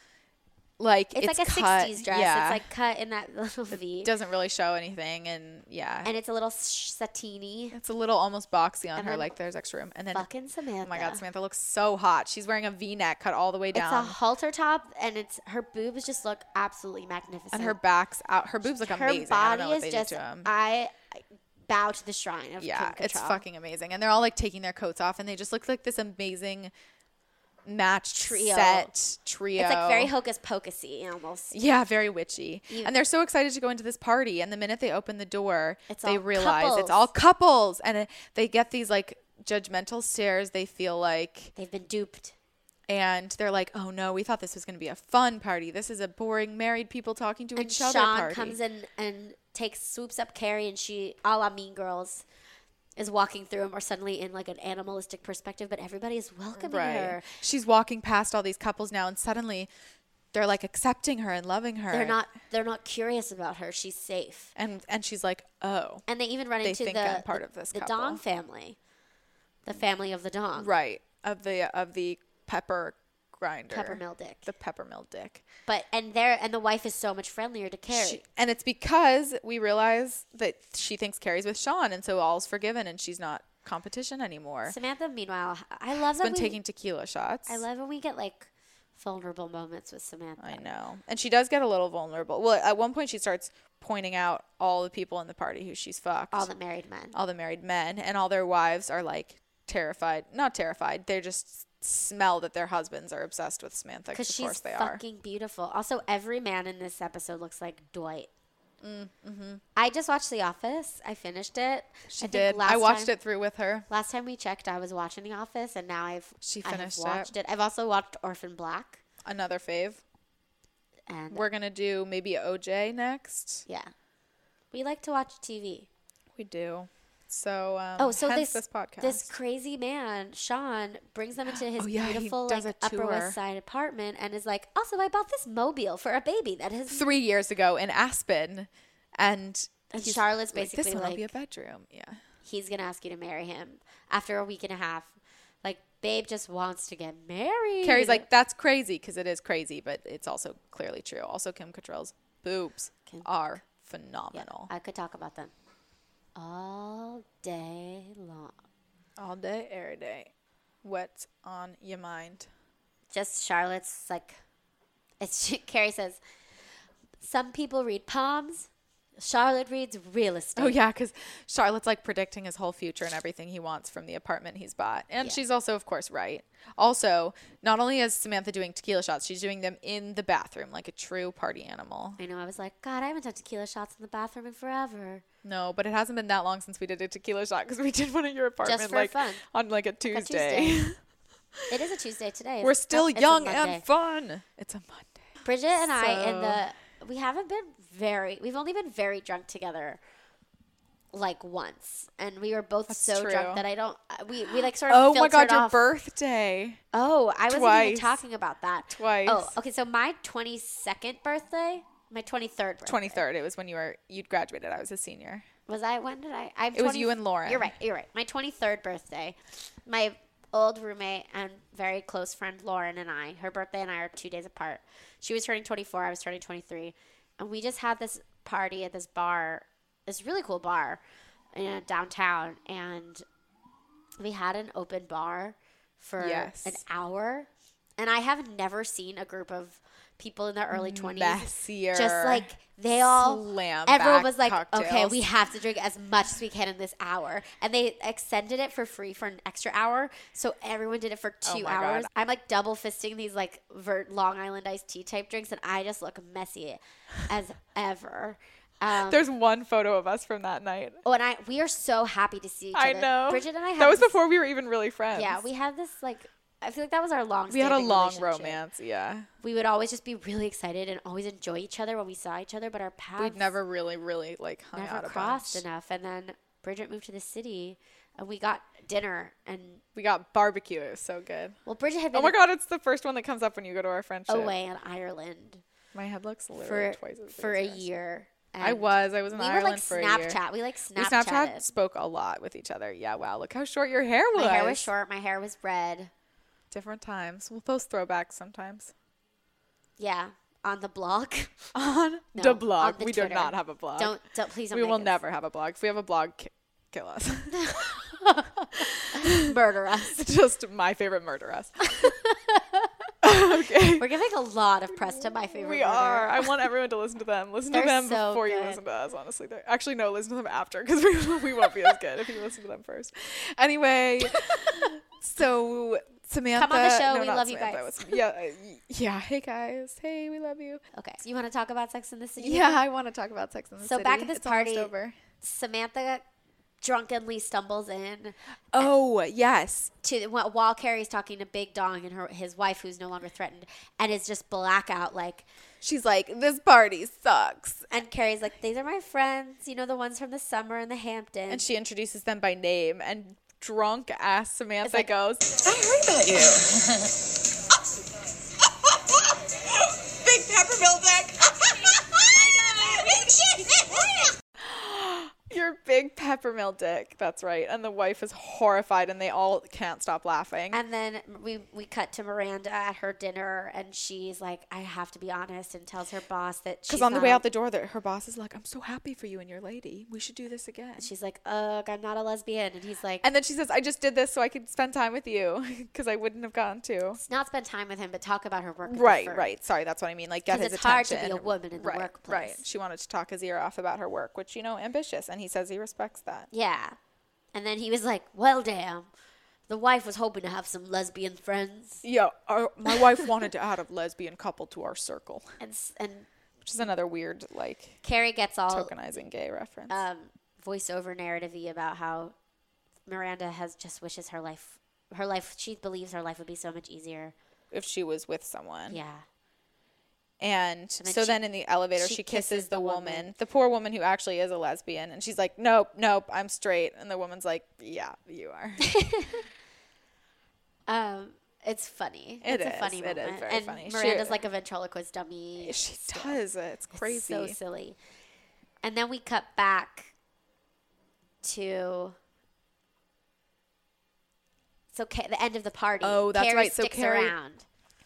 D: Like
E: it's, like a
D: cut-
E: 60s dress
D: Yeah.
E: it's like cut in that little v
D: doesn't really show anything and yeah.
E: and it's a little sh- satiny
D: It's a little almost boxy on
E: And
D: her,
E: then
D: like there's extra room. And then,
E: fucking samantha
D: oh my God, Samantha looks so hot. She's wearing a V neck cut all the way
E: it's a
D: down,
E: halter top and it's her boobs just look absolutely magnificent
D: and her back's out. Her boobs look amazing. I don't know what they did to 'em.
E: I I bow to the shrine of
D: yeah,
E: Kim
D: it's
E: Cattrall.
D: fucking amazing. And they're all like taking their coats off, and they just look like this amazing matched
E: Trio.
D: set trio.
E: It's like very hocus pocusy almost.
D: Yeah, very witchy.
E: You-
D: and they're so excited to go into this party. And the minute they open the door,
E: It's
D: they
E: all
D: realize
E: couples.
D: it's all couples. And uh, they get these like judgmental stares. They feel like,
E: They've been duped.
D: and they're like, oh no, we thought this was going to be a fun party. This is a boring married people talking to
E: And
D: each other
E: Sean
D: party.
E: comes in and takes swoops up Carrie and she a la mean girls is walking through him or suddenly in like an animalistic perspective, but everybody is welcoming her.
D: She's walking past all these couples now, and suddenly they're like accepting her and loving her.
E: They're not they're not curious about her. She's safe.
D: And, and she's like, oh.
E: And they even run
D: They
E: into
D: think
E: the
D: I'm part of this
E: the
D: couple.
E: Dong family. The family of the Dong.
D: Right. Of the, of the pepper grinder.
E: Peppermill Dick.
D: The peppermill dick.
E: But and there and the wife is so much friendlier to Carrie.
D: She- and it's because we realize that she thinks Carrie's with Sean, and so all's forgiven, and she's not competition anymore.
E: Samantha, meanwhile, I love
D: She's
E: that
D: been
E: we,
D: taking tequila shots.
E: I love when we get like vulnerable moments with Samantha.
D: I know, and she does get a little vulnerable. Well, at one point, she starts pointing out all the people in the party who she's fucked,
E: All the married men.
D: all the married men, and all their wives are like terrified. Not terrified. They just smell that their husbands are obsessed with Samantha.
E: Because
D: Because of
E: she's
D: course they are.
E: fucking beautiful. Also, every man in this episode looks like Dwight.
D: Mm,
E: I just watched The Office. I finished it.
D: mm-hmm. She did. I watched it through with her.
E: Last time we checked, I was watching The Office, and now I've
D: She
E: I have
D: finished it.
E: watched it. I've also watched Orphan Black,
D: Another fave.
E: and
D: We're gonna do maybe OJ next.
E: yeah, we like to watch TV.
D: We do. So um,
E: Oh, so
D: hence
E: this
D: this, podcast.
E: this crazy man Sean brings them into his
D: Oh, yeah, he
E: beautiful
D: does
E: like
D: a
E: Upper
D: tour.
E: West Side apartment and is like, also I bought this mobile for a baby that has
D: three years ago in Aspen, and,
E: And
D: he's
E: Charlotte's
D: like,
E: basically
D: this one will be a
E: like-
D: bedroom. Yeah,
E: he's gonna ask you to marry him after a week and a half. Like, babe just wants to get married.
D: Carrie's like that's crazy because it is crazy, but it's also clearly true. Also, Kim Cattrall's boobs
E: Kim-
D: are
E: Yeah,
D: phenomenal
E: I could talk about them all day long.
D: all day, every day. What's on your mind?
E: Just Charlotte's like, it's she, Carrie says, some people read palms. Charlotte reads real estate.
D: Oh yeah, because Charlotte's like predicting his whole future and everything he wants from the apartment he's bought, and
E: Yeah.
D: she's also, of course, right. Also, not only is Samantha doing tequila shots, she's doing them in the bathroom like a true party animal.
E: I know. I was like, God, I haven't done tequila shots in the bathroom in forever.
D: No, but it hasn't been that long since we did a tequila shot because we did one at your apartment
E: for
D: like
E: fun.
D: on like a
E: A
D: Tuesday.
E: Tuesday. it is a Tuesday today.
D: We're
E: It's-
D: still
E: oh, it's a
D: young
E: Monday.
D: and fun. It's a Monday.
E: Bridget and I and the we haven't been very we've only been very drunk together like once and we were both so
D: true.
E: drunk that I don't I- we we like sort
D: Oh
E: of
D: my god,
E: filtered
D: your
E: off.
D: birthday.
E: Oh, I wasn't
D: Twice.
E: even talking about that.
D: Twice.
E: Oh, okay, so my 22nd birthday, my 23rd birthday.
D: 23rd. It was when you were you'd graduated. I was a senior.
E: Was I? When did I? I'm
D: It was you and Lauren.
E: You're right. You're right. My 23rd birthday. My old roommate and very close friend Lauren and I. Her birthday and I are two days apart. She was turning 24. I was turning 23, and we just had this party at this bar this really cool bar, you know, downtown, and we had an open bar for
D: Yes.
E: an hour, and I have never seen a group of people in their
D: Mm,
E: early twenties
D: Messier.
E: just like they all
D: Slam
E: everyone
D: back
E: was like okay
D: cocktails.
E: we have to drink as much as we can in this hour and they extended it for free for an extra hour so everyone did it for
D: Oh
E: two
D: my God.
E: hours i'm like double fisting these like ver- long island iced tea type drinks and i just look messy as ever um,
D: There's one photo of us from that night.
E: oh and i we are so happy to see each
D: I
E: other
D: know.
E: bridget and i had
D: That was
E: this-
D: before we were even really friends.
E: yeah we had this like i feel like that was our long
D: we had a
E: standing
D: long
E: relationship.
D: romance. Yeah.
E: we would always just be really excited and always enjoy each other when we saw each other but our paths
D: We'd never really, really like hung
E: never
D: out a
E: crossed
D: bunch.
E: enough. And then Bridget moved to the city, and we got dinner. And
D: We got barbecue. It was so good.
E: well, Bridget had been
D: Oh my god, it's the first one that comes up when you go to our friendship.
E: away in Ireland
D: My head looks literally
E: for
D: twice as big
E: for a
D: as yours.
E: year.
D: I
E: and
D: was. I was in
E: we
D: Ireland
E: were like
D: for a year.
E: Snapchat. We like
D: We Snapchat
E: Snapchat.
D: spoke a lot with each other. Yeah, wow. Look how short your hair was.
E: My hair was short. My hair was red.
D: Different times. We'll post throwbacks sometimes.
E: Yeah, on the blog.
D: On
E: No,
D: the blog.
E: on the
D: we
E: Twitter.
D: do not have a blog.
E: Don't don't please. Don't
D: we
E: make
D: will
E: us
D: never have a blog. If we have a blog, ki- kill us.
E: murder us.
D: Just my favorite murder us.
E: We're giving a lot of press to my favorite.
D: We
E: murder.
D: are. I want everyone to listen to them. Listen to
E: They're
D: them
E: so
D: before you
E: good.
D: listen to us, honestly. They're, actually, no, listen to them after because we, we won't be as good if you listen to them first. Anyway, so Samantha.
E: show.
D: no,
E: We
D: not
E: love you
D: Samantha,
E: guys.
D: it was- yeah, uh, y- yeah. Hey, guys. Hey, we love you.
E: Okay, so you want to talk about Sex in the City?
D: Yeah, I want to talk about Sex in the
E: So
D: City.
E: back at this
D: It's almost
E: party-
D: over.
E: Samantha drunkenly stumbles in
D: Oh, yes.
E: to wh- while Carrie's talking to Big Dong and her his wife, who's no longer threatened, and is just blackout like.
D: She's like, this party sucks.
E: And Carrie's like, "These are my friends, you know, the ones from the summer in the Hamptons."
D: And she introduces them by name, and drunk ass Samantha
E: like-
D: goes,
J: I heard about you. Big Peppermill back.
D: Your big peppermill dick. That's right. And the wife is horrified, and they all can't stop laughing.
E: And then we we cut to Miranda at her dinner, and she's like, "I have to be honest," and tells her boss that she's
D: Because on the
E: not
D: way
E: a-
D: out the door, that her boss is like, "I'm so happy for you and your lady. We should do this again."
E: she's like, "Ugh, I'm not a lesbian," and he's like,
D: and then she says, "I just did this so I could spend time with you because I wouldn't have gotten to."
E: "Not spend time with him, but talk about her work." with her
D: Right,
E: firm."
D: right. Sorry, that's what I mean. Like, get
E: 'Cause
D: his
E: it's hard to
D: attention.
E: be a woman in the
D: right, Right.
E: workplace.
D: She wanted to talk his ear off about her work, which you know, ambitious, and he says he respects that.
E: Yeah. And then he was like, "Well, damn." The wife was hoping to have some lesbian friends,
D: Yeah, our, my wife wanted to add a lesbian couple to our circle,
E: and s- and
D: which is another weird, like,
E: Carrie gets all
D: tokenizing gay reference.
E: um, voiceover narrative about how Miranda has just wishes her life, her life, she believes her life would be so much easier.
D: if she was with someone,
E: Yeah.
D: And
E: then
D: so
E: she-
D: then in the elevator, she, kisses, the, woman, the poor woman who actually is a lesbian, and she's like, "Nope, nope, I'm straight." And the woman's like, "Yeah, you are."
E: Um, it's funny.
D: It
E: it's
D: is.
E: a funny
D: It is
E: moment.
D: very
E: and
D: funny.
E: Miranda's
D: She-
E: like a ventriloquist dummy.
D: she does. It's crazy.
E: It's so silly. And then we cut back to so ca- the end of the party.
D: Oh, that's
E: Carrie
D: right. So
E: Sticks
D: Carrie-
E: around.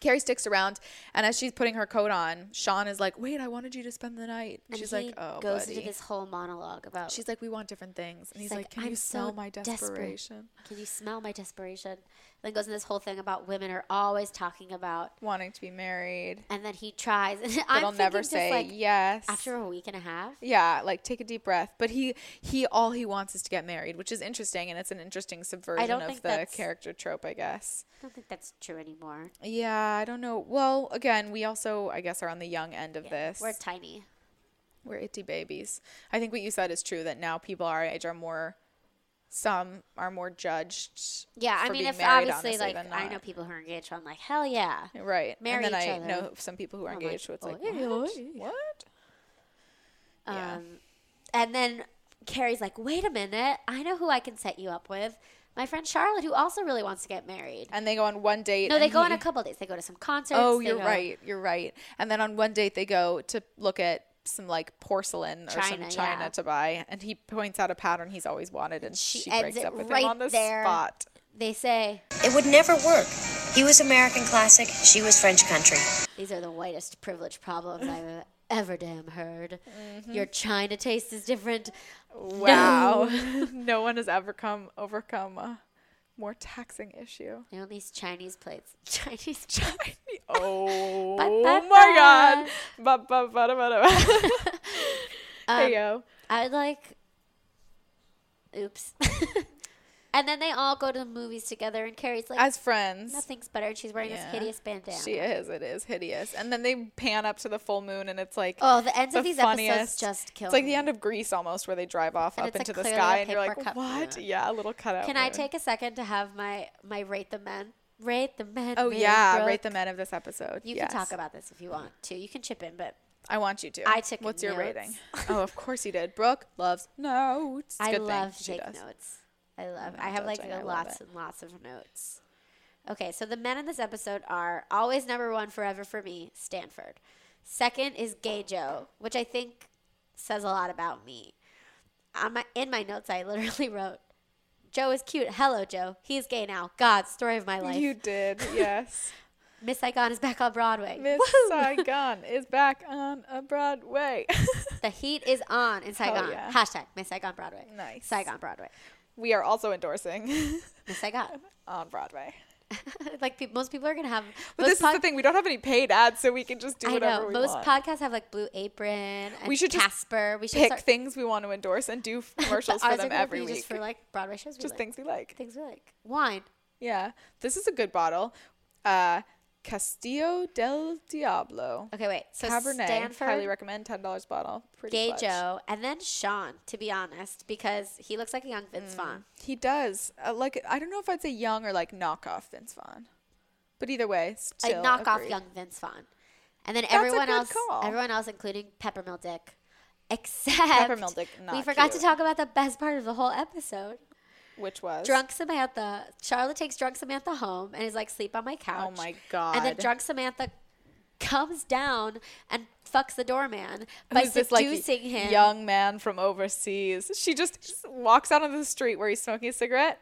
D: Carrie sticks around, and as she's putting her coat on, Sean is like, "Wait, I wanted you to spend the night."
E: And
D: she's
E: he
D: like, "Oh,
E: goes
D: buddy."
E: into this whole monologue about
D: she's like, "We want different things," and he's
E: She's
D: like, "Can you
E: so
D: smell my
E: desperate.
D: desperation?"
E: Can you smell my desperation? Then goes in this whole thing about women are always talking about,
D: Wanting to be married,
E: and then he tries. And
D: but
E: I'm
D: I'll
E: thinking
D: never
E: just,
D: say
E: like,
D: yes.
E: After a week and a half,
D: Yeah, like take a deep breath. But he he all he wants is to get married, which is interesting and it's an interesting subversion
E: don't
D: of
E: think
D: the
E: that's-
D: character trope, I guess.
E: I don't think that's true anymore.
D: Yeah, I don't know. Well, again, we also I guess are on the young end of this.
E: We're tiny.
D: We're itty babies. I think what you said is true that now people our age are more some are more judged.
E: Yeah, I
D: for
E: mean,
D: being
E: if
D: married,
E: obviously,
D: honestly,
E: like
D: than
E: I know
D: not.
E: people who are engaged, so I'm like, hell yeah.
D: Right.
E: marry
D: and then
E: each
D: I
E: other. Oh
D: know some people who are
E: I'm like,
D: engaged who it's like,
E: "Oi,
D: what?
E: oi."
D: What? Yeah.
E: Um, and then Carrie's like, wait a minute, I know who I can set you up with. My friend Charlotte, who also really wants to get married.
D: And they go on one date.
E: No,
D: and
E: they go on
D: he-
E: a couple dates. They go to some concerts.
D: Oh,
E: they
D: you're
E: go-
D: right. You're right. And then on one date they go to look at some like porcelain or
E: China,
D: some china
E: yeah.
D: to buy, and he points out a pattern he's always wanted, and
E: She
D: she,
E: ends
D: breaks
E: it
D: up with
E: right
D: him on the
E: there.
D: spot.
E: They say
J: It would never work. He was American classic. She was French country.
E: these are the whitest privilege problems I've ever damn heard. Your China taste is different.
D: Mm-hmm. Wow.
E: No.
D: no one has ever come overcome a more taxing issue.
E: You know these Chinese plates. Chinese
D: Chinese. Oh my god. Ba, ba, ba, da, ba, da, ba.
E: Um,
D: There you go.
E: I'd like. Oops. and then they all go to the movies together, and Carrie's like,
D: As friends.
E: nothing's better. and She's wearing
D: Yeah.
E: this hideous bandana.
D: She is. It is hideous. And then they pan up to the full moon, and it's like
E: Oh, the ends of these episodes
D: funniest-
E: just kill
D: It's like
E: me.
D: the end of Greece almost, where they drive off
E: And
D: up
E: it's, like,
D: into the
E: clearly
D: sky,
E: a
D: and you're
E: paper
D: like,
E: cup
D: what?
E: moon.
D: Yeah, a little cutout.
E: Can I
D: moon.
E: take a second to have my my rate the men? Rate the men.
D: Oh
E: Millbrook?
D: yeah, rate the men of this episode.
E: You
D: Yes.
E: can talk about this if you want to. You can chip in, but
D: I want you to.
E: I took
D: What's your
E: notes.
D: rating? oh, of course you did. Brooke loves notes. It's a
E: I
D: good thing.
E: love
D: She
E: take
D: does. Mm,
E: notes. I love.
D: I'm
E: I
D: not
E: have like
D: judging. I love
E: lots
D: it.
E: and lots of notes. Okay, so the men in this episode are always number one forever for me, Stanford. Second is Gay Joe, which I think says a lot about me. On my, in my notes, I literally wrote, "Joe is cute. Hello, Joe. He's gay now. God, story of my life.
D: You did, yes.
E: Miss Saigon is back on Broadway.
D: Miss
E: Woohoo!
D: Saigon is back on a Broadway.
E: The heat is on in Saigon.
D: Oh, yeah.
E: Hashtag Miss Saigon Broadway.
D: Nice.
E: Saigon Broadway.
D: we are also endorsing
E: Miss Saigon.
D: on Broadway.
E: like peop most people are gonna have.
D: But
E: most
D: this is the
E: pod-
D: thing. We don't have any paid ads, so we can just do
E: I
D: whatever
E: know
D: we
E: most
D: want.
E: podcasts have like Blue Apron. And
D: we should just
E: Casper. we should
D: pick
E: start-
D: things we want to endorse and do commercials for
E: ours
D: them
E: are gonna
D: every
E: be
D: week.
E: Just for like Broadway shows. We
D: Just
E: like.
D: things we like.
E: Things we like. Wine.
D: Yeah, this is a good bottle. Uh, Castillo del Diablo.
E: Okay, wait. So
D: Cabernet.
E: Stanford,
D: Highly recommend. Ten dollars bottle. Pretty
E: Gay
D: clutch.
E: Joe, and then Sean. To be honest, because he looks like a young
D: Mm,
E: Vince Vaughn.
D: He does. Uh, like I don't know if I'd say young or like knockoff Vince Vaughn, but either way,
E: A
D: still
E: knockoff
D: agreed.
E: young Vince Vaughn. And then
D: a
E: everyone
D: good
E: else,
D: call.
E: everyone else, including Peppermill Dick, except
D: Peppermill Dick,
E: we
D: not
E: forgot
D: cute.
E: to talk about the best part of the whole episode.
D: which was
E: Drunk Samantha. Charlotte takes drunk Samantha home and is like, sleep on my couch.
D: Oh my
E: And then
D: God.
E: drunk Samantha comes down and fucks the doorman by
D: Who's this like
E: seducing him.
D: young man from overseas. She just, just walks out onto the street where he's smoking a cigarette,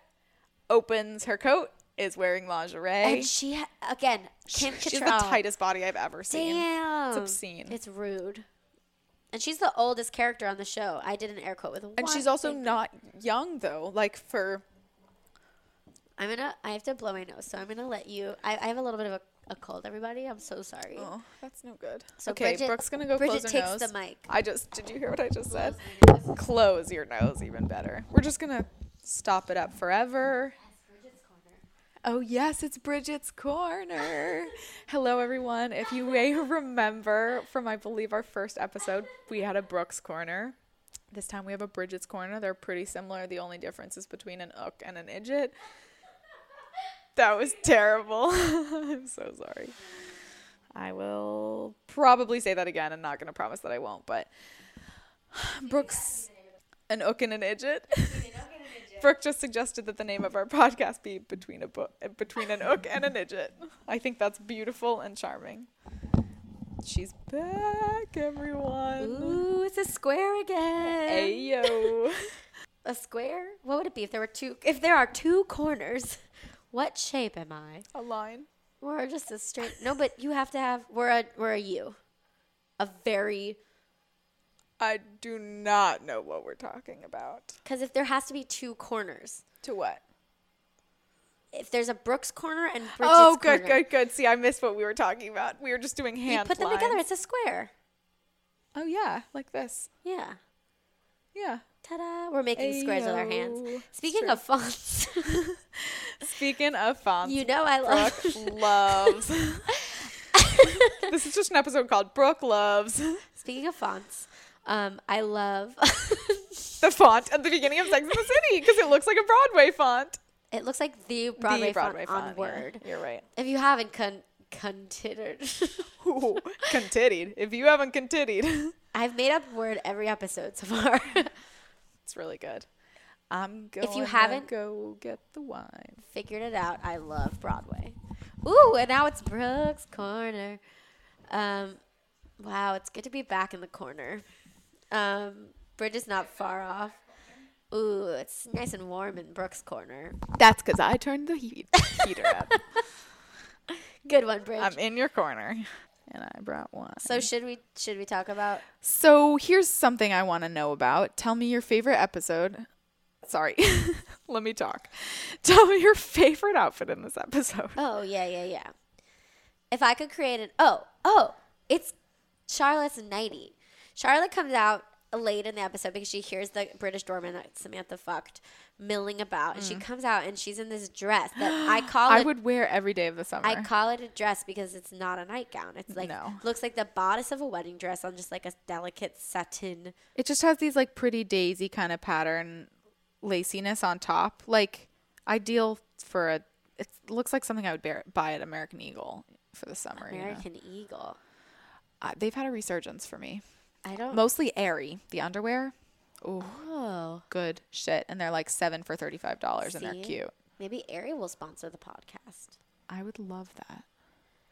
D: opens her coat, is wearing lingerie.
E: And she ha- again, Kim
D: She's the
E: Cattrall.
D: tightest body I've ever seen.
E: Damn,
D: It's obscene.
E: It's rude. And she's the oldest character on the show. I did an air quote with.
D: and
E: one
D: she's also
E: finger.
D: not young though. Like for
E: I'm gonna. I have to blow my nose, so I'm gonna let you. I, I have a little bit of a, a cold. Everybody, I'm so sorry.
D: oh, that's no good.
E: So
D: okay,
E: Bridget-
D: Brooke's gonna go
E: Bridget
D: close her
E: takes
D: nose.
E: the mic.
D: I just did you hear what I just said? Close your nose, even better. We're just gonna stop it up forever. Oh yes, it's Bridget's corner. Hello everyone. If you may remember from I believe our first episode, we had a Brooks corner. This time we have a Bridget's corner. They're pretty similar. The only difference is between an ook and an idjit. That was terrible. I'm so sorry. I will probably say that again. I'm not going to promise that I won't, but Brooks, an ook and an idjit. Brooke just suggested that the name of our podcast be between a book, between an ook and an idjit. I think that's beautiful and charming. She's back, everyone.
E: Ooh, it's a square again.
D: Ayo.
E: A square? What would it be if there were two? If there are two corners, what shape am I?
D: a line.
E: We're just a straight. No, but you have to have. We're a we're a U, a very.
D: I do not know what we're talking about.
E: Because if there has to be two corners,
D: To what?
E: if there's a Brooks corner and Bridget's
D: oh, good,
E: corner,
D: good, good. See, I missed what we were talking about. We were just doing
E: you
D: hand.
E: put them together.
D: lines.
E: It's a square.
D: Oh yeah, like this.
E: Yeah.
D: Yeah.
E: Ta-da! We're making squares with our hands.
D: Ayo.
E: Speaking of fonts,
D: Speaking of fonts,
E: you know I love.
D: Brooke loves. this is just an episode called Brooke loves
E: Speaking of fonts, um, I love.
D: the font at the beginning of Sex in the City because it looks like a Broadway font.
E: it looks like the Broadway,
D: the Broadway
E: font, on
D: font, yeah.
E: Word.
D: You're right.
E: If you haven't con- considered,
D: Ooh, contittied. If you haven't contittied.
E: I've made up word every episode so far.
D: It's really good. I'm going.
E: If you haven't-
D: go get the wine.
E: Figured it out. I love Broadway. Ooh, and now it's Brooks Corner. Um, wow, it's good to be back in the corner. Um, Bridge is not far off. Ooh, it's nice and warm in Brooks Corner.
D: That's because I turned the heat heater up.
E: Good one, Bridge.
D: I'm in your corner. and I brought one.
E: So should we should we talk about
D: So here's something I want to know about. Tell me your favorite episode. Sorry, let me talk. Tell me your favorite outfit in this episode.
E: Oh yeah, yeah, yeah. If I could create an oh oh, it's Charlotte's nighty. Charlotte comes out late in the episode because she hears the British doorman that Samantha fucked milling about, and she
D: Mm.
E: comes out and she's in this dress that I call.
D: I
E: it-
D: would wear every day of the summer.
E: I call it a dress because it's not a nightgown. It's like
D: No.
E: looks like the bodice of a wedding dress on just like a delicate satin.
D: It just has these like pretty daisy kind of pattern laciness on top. Like ideal for a. It looks like something I would bear, buy at American Eagle for the summer. you know?
E: American Eagle.
D: Uh, they've had a resurgence for me.
E: I don't-
D: Mostly airy. The underwear. Ooh,
E: Oh.
D: good shit. And they're like seven for thirty-five dollars, and
E: See?
D: they're cute.
E: Maybe Ari will sponsor the podcast.
D: I would love that.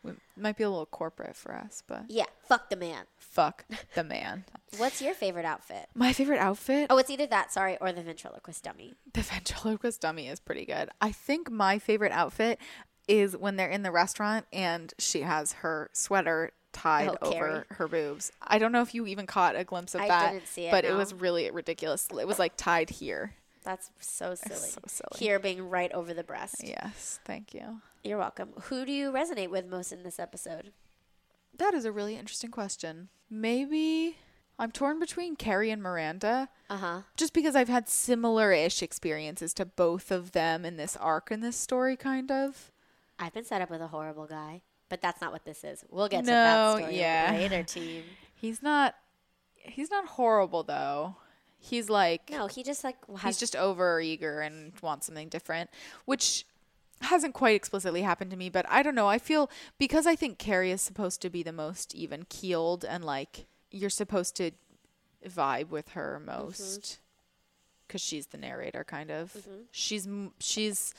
D: It might be a little corporate for us, but
E: Yeah, fuck the man.
D: fuck the man.
E: What's your favorite outfit?
D: My favorite outfit.
E: Oh, it's either that, sorry, or the ventriloquist dummy.
D: The ventriloquist dummy is pretty good. I think my favorite outfit is when they're in the restaurant and she has her sweater tied
E: Oh,
D: over
E: Carrie.
D: her boobs. I don't know if you even caught a glimpse of
E: I
D: that,
E: didn't see it,
D: but it
E: no.
D: was really ridiculous. It was like tied here.
E: That's so silly.
D: so silly.
E: Here being right over the breast.
D: Yes, thank you.
E: You're welcome. Who do you resonate with most in this episode?
D: That is a really interesting question. Maybe I'm torn between Carrie and Miranda.
E: Uh huh.
D: Just because I've had similar ish experiences to both of them in this arc in this story, kind of.
E: I've been set up with a horrible guy, but that's not what this is. We'll get to that
D: No,
E: story
D: yeah.
E: later, team.
D: He's not he's not horrible though. He's like
E: No, he just like has
D: he's just over eager and wants something different, which hasn't quite explicitly happened to me, but I don't know. I feel because I think Carrie is supposed to be the most even keeled and like you're supposed to vibe with her most because she's the narrator kind of. She's m- she's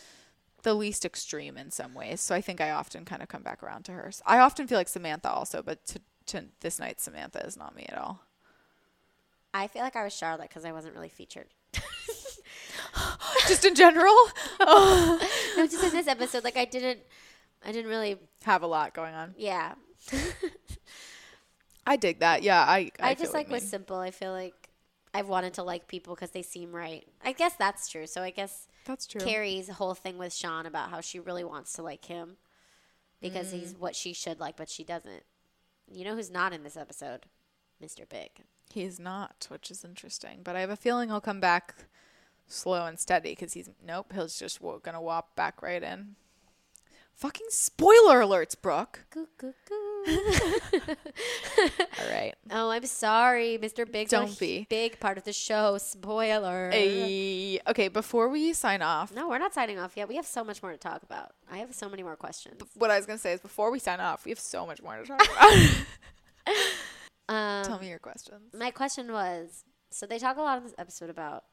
D: the least extreme in some ways. So I think I often kind of come back around to her. S- I often feel like Samantha also, but to, to this night Samantha is not me at all.
E: I feel like I was Charlotte because I wasn't really featured.
D: Just in general,
E: No, just in this episode, like I didn't, I didn't really.
D: have a lot going on.
E: Yeah,
D: I dig that. Yeah, I I,
E: I,
D: feel
E: just
D: what
E: like
D: you
E: was
D: mean.
E: simple. I feel like I've wanted to like people because they seem right. I guess that's true. So I guess
D: That's true.
E: Carrie's whole thing with Sean about how she really wants to like him because
D: Mm.
E: he's what she should like, but she doesn't. You know who's not in this episode? Mr. Big.
D: He's not, which is interesting. But I have a feeling he'll come back slow and steady because he's nope. He's just w- gonna whop back right in. Fucking spoiler alerts, Brooke.
E: Goo, goo, goo.
D: All right.
E: oh, I'm sorry, Mr. Big's a
D: Don't be.
E: big part of the show. Spoiler.
D: Ay- okay, before we sign off,
E: No, we're not signing off yet. We have so much more to talk about. I have so many more questions.
D: what I was gonna say is before we sign off, we have so much more to talk about.
E: Um,
D: Tell me your questions.
E: my question was so they talk a lot in this episode about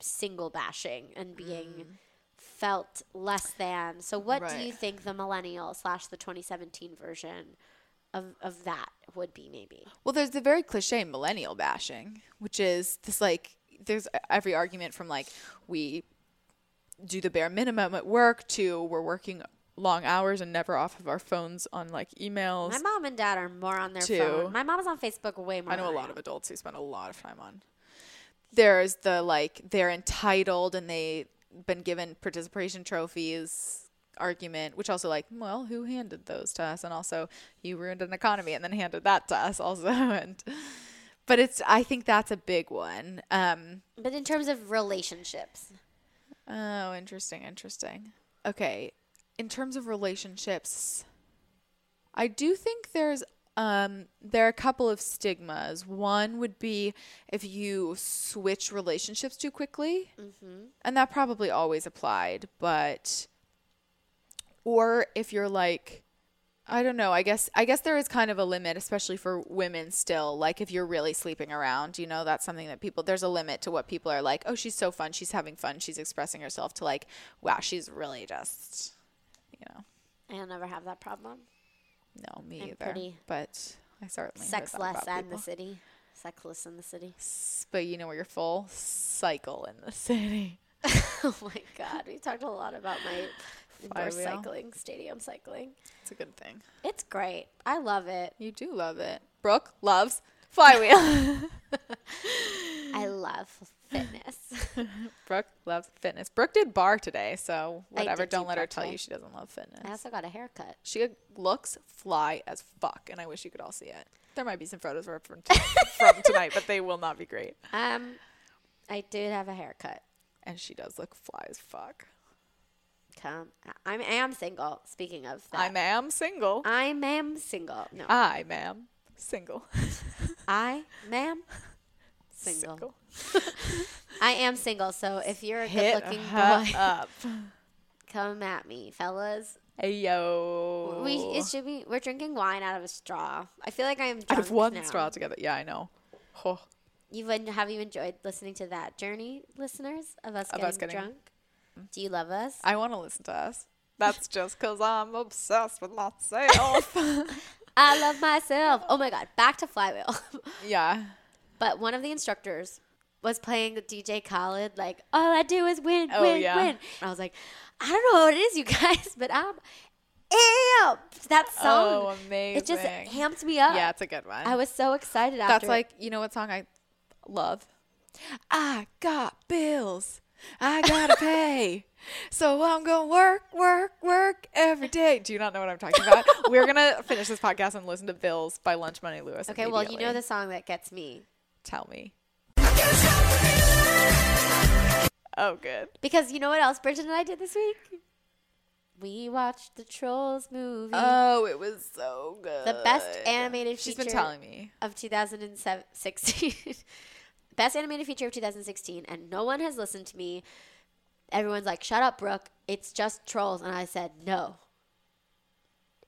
E: single bashing and being felt less than so what do you
D: Mm. Right.
E: think the millennial slash the 2017 version of, of that would be maybe
D: Well, there's the very cliche millennial bashing, which is this like there's every argument from like we do the bare minimum at work to we're working long hours and never off of our phones on like emails.
E: my mom and dad are more on their
D: Two.
E: phone my mom's on facebook way more
D: I know a
E: than
D: lot
E: am.
D: of adults who spend a lot of time on. There's the like they're entitled and they've been given participation trophies argument, which also like, well, who handed those to us? And also, you ruined an economy and then handed that to us also. And but it's I think that's a big one. Um,
E: but in terms of relationships
D: oh, interesting, interesting. Okay, in terms of relationships, I do think there's um there are a couple of stigmas. One would be if you switch relationships too quickly. And that probably always applied, but or if you're like I don't know. I guess I guess there is kind of a limit especially for women still. Like if you're really sleeping around, you know, that's something that people there's a limit to what people are like, "Oh, she's so fun. She's having fun. She's expressing herself." To like, "Wow, she's really just, you know,
E: i'll never have that problem
D: no, me
E: I'm
D: either.
E: pretty
D: But I certainly heard that
E: sexless
D: about
E: in the
D: people.
E: city sexless in the city
D: S- But you know where you're full cycle in the city.
E: oh my god we talked a lot about my indoor
D: Flywheel.
E: cycling stadium cycling
D: It's a good thing.
E: It's great. I love it.
D: You do love it. Brooke loves flywheel.
E: I love fitness.
D: Brooke loves fitness. Brooke did bar today, so
E: I
D: whatever.
E: did do
D: Don't let her
E: bar
D: tell
E: today.
D: you she doesn't love fitness.
E: I also got a haircut.
D: She looks fly as fuck, and I wish you could all see it. There might be some photos of her from, t- from tonight, but they will not be great.
E: Um, I did have a haircut.
D: And she does look fly as fuck.
E: Come, I I am single. Speaking of that,
D: I'm am single.
E: I am single. No,
D: I am single.
E: I ma'am single. I am single, so if you're a
D: Hit
E: good-looking
D: her
E: boy,
D: up.
E: come at me, fellas.
D: Hey yo.
E: We it should be we're drinking wine out of a straw. I feel like I'm drunk
D: out of one
E: now.
D: straw together. Yeah, I know. Oh,
E: You've en- have you enjoyed listening to that journey, listeners of us
D: Of
E: getting
D: us getting-
E: drunk? Do you love us?
D: I want to listen to us. That's just because I'm obsessed with myself.
E: I love myself. Oh my god, back to flywheel.
D: yeah.
E: but one of the instructors was playing DJ Khaled, like, all I do is win,
D: Oh,
E: win,
D: yeah.
E: win. And I was like, I don't know what it is, you guys, but I'm amped. That
D: Oh,
E: song.
D: amazing.
E: It just amped me up.
D: Yeah, it's a good one.
E: I was so excited after.
D: That's like, you know what song I love? I got bills. I gotta pay. So I'm gonna work, work, work every day. Do you not know what I'm talking about? We're gonna finish this podcast and listen to Bills by Lunch Money Lewis.
E: Okay, well, you know
D: immediately.
E: the song that gets me.
D: Tell me. Oh, good.
E: Because you know what else Bridget and I did this week? We watched the Trolls movie.
D: Oh, it was so good.
E: Mm. the best animated
D: She's
E: feature
D: been telling me.
E: of 2016 best animated feature of 2016 and no one has listened to me everyone's like shut up brooke it's just trolls and i said no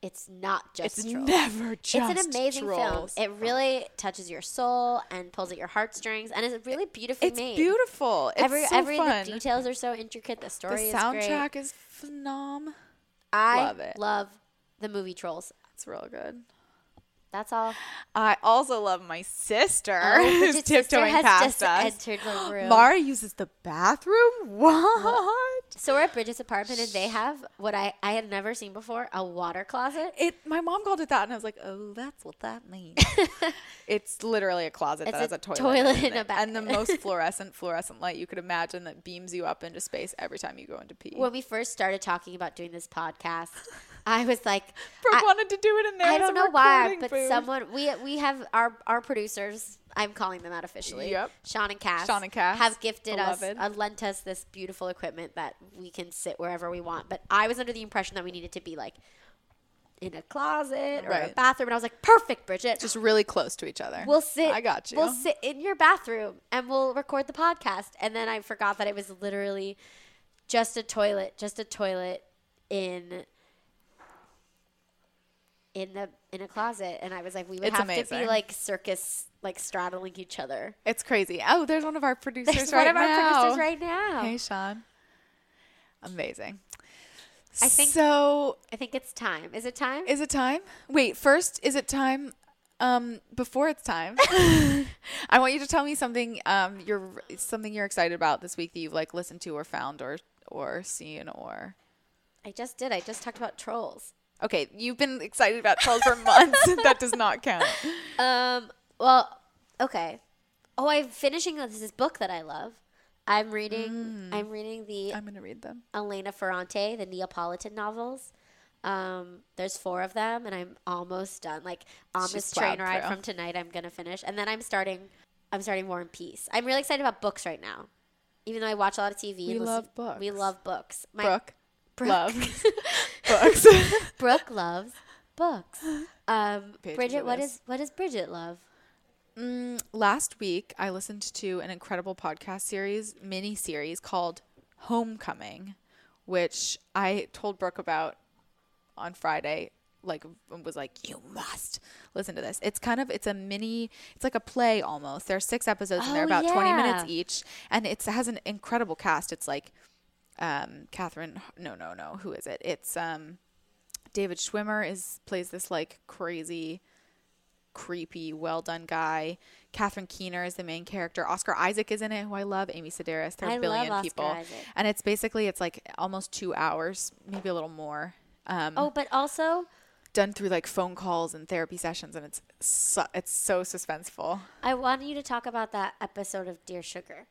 E: it's not just
D: It's
E: trolls
D: never just
E: it's an amazing
D: trolls.
E: film it really touches your soul and pulls at your heartstrings and it's really beautifully
D: It's
E: made
D: beautiful. It's
E: every
D: so
E: every
D: fun.
E: the details are so intricate the
D: The
E: story is great
D: soundtrack is phenom.
E: i
D: love it.
E: love the movie trolls
D: It's real good.
E: that's all
D: I also love my sister
E: Oh,
D: who's
E: Bridget's sister
D: tiptoeing
E: has
D: past
E: just
D: us.
E: entered the room.
D: Mara uses the bathroom. What?
E: So we're at Bridget's apartment, and they have what I I had never seen before a water closet.
D: It. My mom called it that, and I was like, "Oh, that's what that means." it's literally a closet
E: It's
D: that
E: a
D: has a toilet,
E: toilet
D: in
E: and a
D: it,
E: bath-
D: and the most fluorescent fluorescent light you could imagine that beams you up into space every time you go into pee.
E: When we first started talking about doing this podcast, I was like, I,
D: Brooke wanted to do it in there.
E: I
D: as a
E: don't know why,
D: recording
E: but
D: booth.
E: someone we we have our our producers. I'm calling them out officially.
D: Yep.
E: Sean and Cass.
D: Sean and Cass,
E: have gifted
D: beloved.
E: us, uh, lent us this beautiful equipment that we can sit wherever we want. But I was under the impression that we needed to be like in a closet or a
D: Right.
E: bathroom, and I was like, perfect, Bridget.
D: just really close to each other.
E: We'll sit.
D: I got you.
E: We'll sit in your bathroom and we'll record the podcast. And then I forgot that it was literally just a toilet, just a toilet in in the in a closet. And I was like, we would
D: It's
E: have to be
D: amazing.
E: like circus, like straddling each other.
D: It's crazy. Oh, there's one of our producers
E: There's
D: right
E: one of our
D: now.
E: producers right now.
D: Hey, Sean. Amazing.
E: I think-
D: so.
E: I think it's time. Is it time?
D: Is it time? Wait, first, is it time? Um, before it's time, I want you to tell me something. Um, you're something you're excited about this week that you've like listened to or found or or seen or.
E: I just did. I just talked about trolls.
D: Okay, you've been excited about trolls for months. that does not count.
E: Um. Well. Okay. Oh, I'm finishing this, this book that I love. I'm reading. I'm reading the
D: Mm. I'm gonna read them.
E: Elena Ferrante, the Neapolitan novels. Um, there's four of them, and I'm almost done. Like on
D: She's
E: this train
D: plowed
E: ride
D: through.
E: from tonight, I'm gonna finish, and then I'm starting. I'm starting War and Peace. I'm really excited about books right now, even though I watch a lot of TV.
D: We
E: and listen-
D: love books.
E: We love books. My,
D: Brooke,
E: Brooke,
D: love books.
E: Brooke loves books. Um,
D: Paige
E: Bridget, what
D: Lewis.
E: is what does Bridget love?
D: last week I listened to an incredible podcast series, mini series called Homecoming, which I told Brooke about on Friday. Like was like you must listen to this. It's kind of it's a mini, it's like a play almost. There are six episodes and they're
E: Oh,
D: about twenty minutes
E: yeah.
D: each, and it's- it has an incredible cast. It's like um Catherine, no no no, who is it? It's um David Schwimmer is plays this like crazy creepy, well done guy. Catherine Keener is the main character. Oscar Isaac is in it, who I love. Amy Sedaris. There are
E: I
D: a
E: love
D: billion
E: Oscar
D: people,
E: Isaac.
D: and it's basically it's like almost two hours, maybe a little more. Um,
E: Oh, but also
D: done through like phone calls and therapy sessions, and it's so, it's so suspenseful.
E: I want you to talk about that episode of Dear Sugar.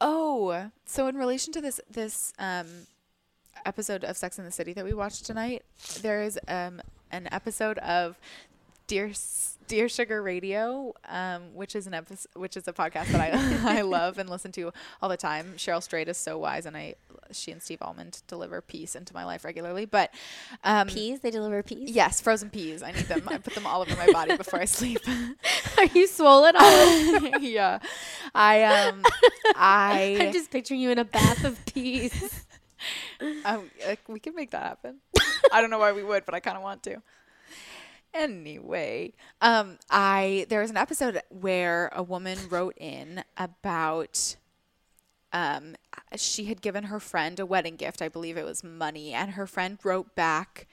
D: Oh, so in relation to this this um, episode of Sex in the City that we watched tonight, there is um, an episode of Dear S- Dear Sugar Radio, um, which is an episode, which is a podcast that I I love and listen to all the time. Cheryl Strait is so wise, and I she and Steve Almond deliver peace into my life regularly. But um,
E: peas, they deliver peas.
D: Yes, frozen peas. I need them. I put them all over my body before I sleep.
E: Are you swollen? All
D: yeah, I um I
E: I'm just picturing you in a bath of peas.
D: um, like, we can make that happen. I don't know why we would, but I kind of want to. Anyway, um, I there was an episode where a woman wrote in about um, she had given her friend a wedding gift. I believe it was money, and her friend wrote back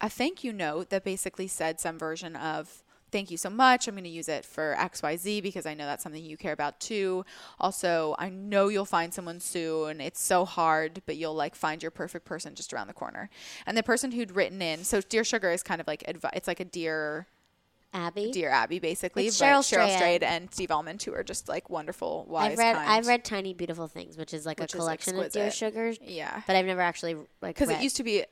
D: a thank you note that basically said some version of thank you so much. I'm going to use it for XYZ because I know that's something you care about too. Also, I know you'll find someone soon. It's so hard, but you'll like find your perfect person just around the corner. And the person who'd written in, so Dear Sugar is kind of like advi- it's like a dear
E: Abby.
D: Dear Abby, basically.
E: It's
D: but
E: Cheryl
D: Cheryl
E: Strayed.
D: Strayed and Steve Almond, who are just like wonderful, wise,
E: I've read
D: kind.
E: I've read Tiny Beautiful Things, which is like
D: Which
E: a
D: is
E: collection of Dear
D: exquisite.
E: Sugars.
D: Yeah.
E: but I've never actually like
D: because it
E: read.
D: used to be,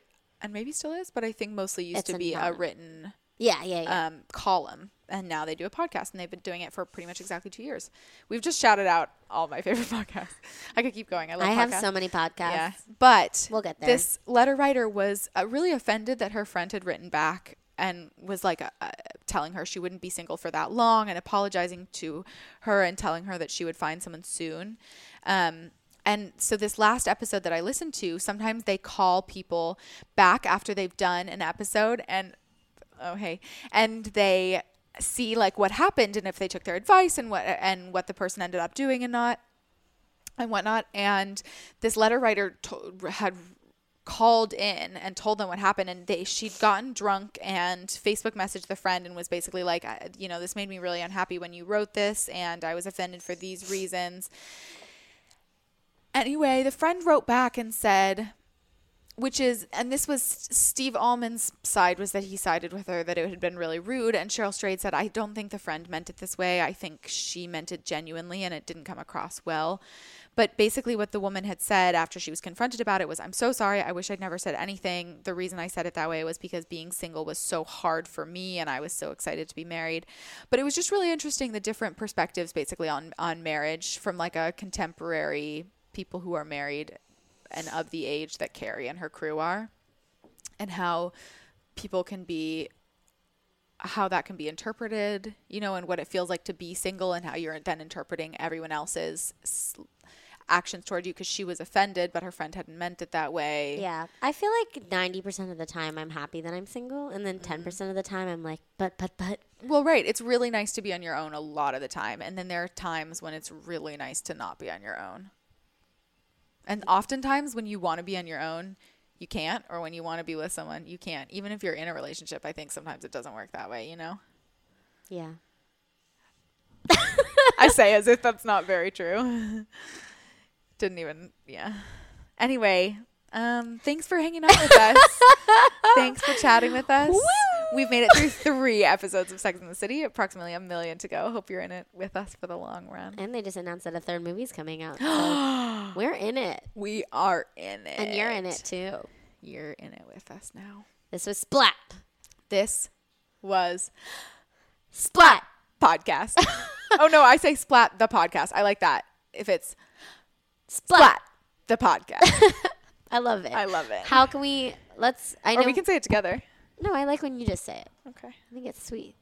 D: and maybe still is, but I think mostly used
E: It's
D: to
E: a
D: be a
E: novel.
D: written
E: Yeah, yeah, yeah.
D: um, column, and now they do a podcast, and they've been doing it for pretty much exactly two years. We've just shouted out all my favorite podcasts. I could keep going. I love.
E: I have
D: podcasts.
E: so many podcasts.
D: Yeah, but
E: We'll get there.
D: This letter writer was uh, really offended that her friend had written back and was like uh, uh, telling her she wouldn't be single for that long and apologizing to her and telling her that she would find someone soon. Um, and so this last episode that I listened to, sometimes they call people back after they've done an episode and oh hey and they see like what happened and if they took their advice and what and what the person ended up doing and not and whatnot. And this letter writer to- had called in and told them what happened and they she'd gotten drunk and Facebook messaged the friend and was basically like I- you know this made me really unhappy when you wrote this and I was offended for these reasons anyway the friend wrote back and said which is and this was S- Steve Allman's side was that he sided with her that it had been really rude and Cheryl Strayed said I don't think the friend meant it this way I think she meant it genuinely and it didn't come across well but basically what the woman had said after she was confronted about it was I'm so sorry I wish I'd never said anything the reason I said it that way was because being single was so hard for me and I was so excited to be married but it was just really interesting the different perspectives basically on on marriage from like a contemporary people who are married and of the age that Carrie and her crew are, and how people can be, how that can be interpreted, you know, and what it feels like to be single, and how you're then interpreting everyone else's s- actions toward you because she was offended, but her friend hadn't meant it that way.
E: Yeah, I feel like ninety percent of the time I'm happy that I'm single, and then
D: Mm-hmm.
E: 10 percent of the time I'm like, but, but, but.
D: Well, right. It's really nice to be on your own a lot of the time. And then there are times when it's really nice to not be on your own. And oftentimes when you want to be on your own, you can't. Or when you want to be with someone, you can't. Even if you're in a relationship, I think sometimes it doesn't work that way, you know?
E: Yeah,
D: I say as if that's not very true. Didn't even, yeah. Anyway, um, thanks for hanging out with us. thanks for chatting with us. We've made it through three episodes of Sex in the City, approximately a million to go. Hope you're in it with us for the long run.
E: and they just announced that a third movie's coming out. so we're in it,
D: We are in it.
E: and you're in it too.
D: You're in it with us now.
E: This was Splat,
D: This was
E: Splat.
D: podcast. oh no, I say splat the podcast. I like that. If it's
E: Splat.
D: the podcast.
E: I love it.
D: I love it.
E: How can we? Let's. I know.
D: or we can say it together.
E: no, I like when you just say it.
D: Okay.
E: I think it's sweet.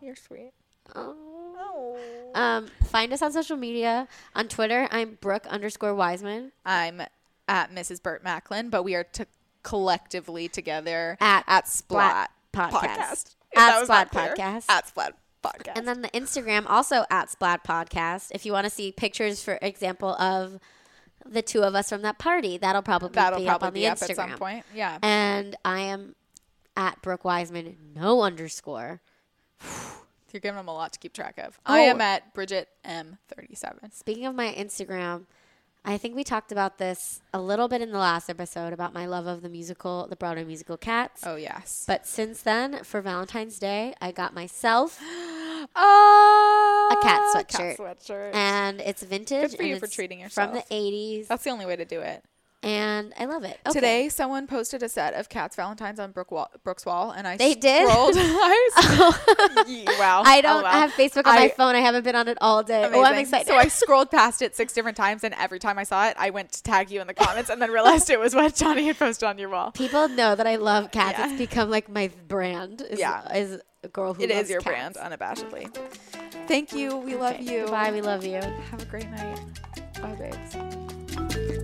D: You're sweet.
E: Oh. Um, find us on social media. On Twitter, I'm Brooke underscore Wiseman.
D: I'm at Mrs. Burt Macklin, but we are to collectively together
E: At
D: at Splat
E: Splat Podcast.
D: If
E: At
D: that was not
E: Splat
D: clear.
E: Podcast.
D: At Splat Podcast.
E: And then the Instagram, also at Splat Podcast. If you want to see pictures, for example, of the two of us from that party, that'll probably
D: that'll
E: be
D: probably
E: up on the
D: be up
E: Instagram.
D: at some point. Yeah.
E: And I am at Brooke Wiseman, no underscore.
D: You're giving them a lot to keep track of. I
E: Oh.
D: am at Bridget M37.
E: Speaking of my Instagram, I think we talked about this a little bit in the last episode about my love of the musical, the Broadway musical Cats.
D: Oh, yes.
E: But since then, for Valentine's Day, I got myself
D: Oh,
E: a cat
D: cat
E: sweatshirt.
D: sweatshirt.
E: And it's vintage.
D: Good for
E: and
D: you for
E: it's
D: treating yourself.
E: From the 80s.
D: That's the only way to do it.
E: And I love it. Okay.
D: Today, someone posted a set of Cats Valentines on Brooke Wall, Brooke's wall, and I
E: They did?
D: scrolled. I s- Ye- wow.
E: I don't
D: Oh, wow.
E: have Facebook on my
D: I-
E: phone. I haven't been on it all day. Oh, I'm
D: Amazing.
E: excited.
D: So I scrolled past it six different times, and every time I saw it, I went to tag you in the comments, and then realized it was what Johnny had posted on your wall.
E: People know that I love cats.
D: Yeah.
E: It's become like my brand. Is,
D: Yeah.
E: Is a girl who
D: It
E: loves
D: is your
E: cats.
D: brand, unabashedly. Thank you. We love you.
E: Goodbye. We love you.
D: Have a great night. Bye, babes.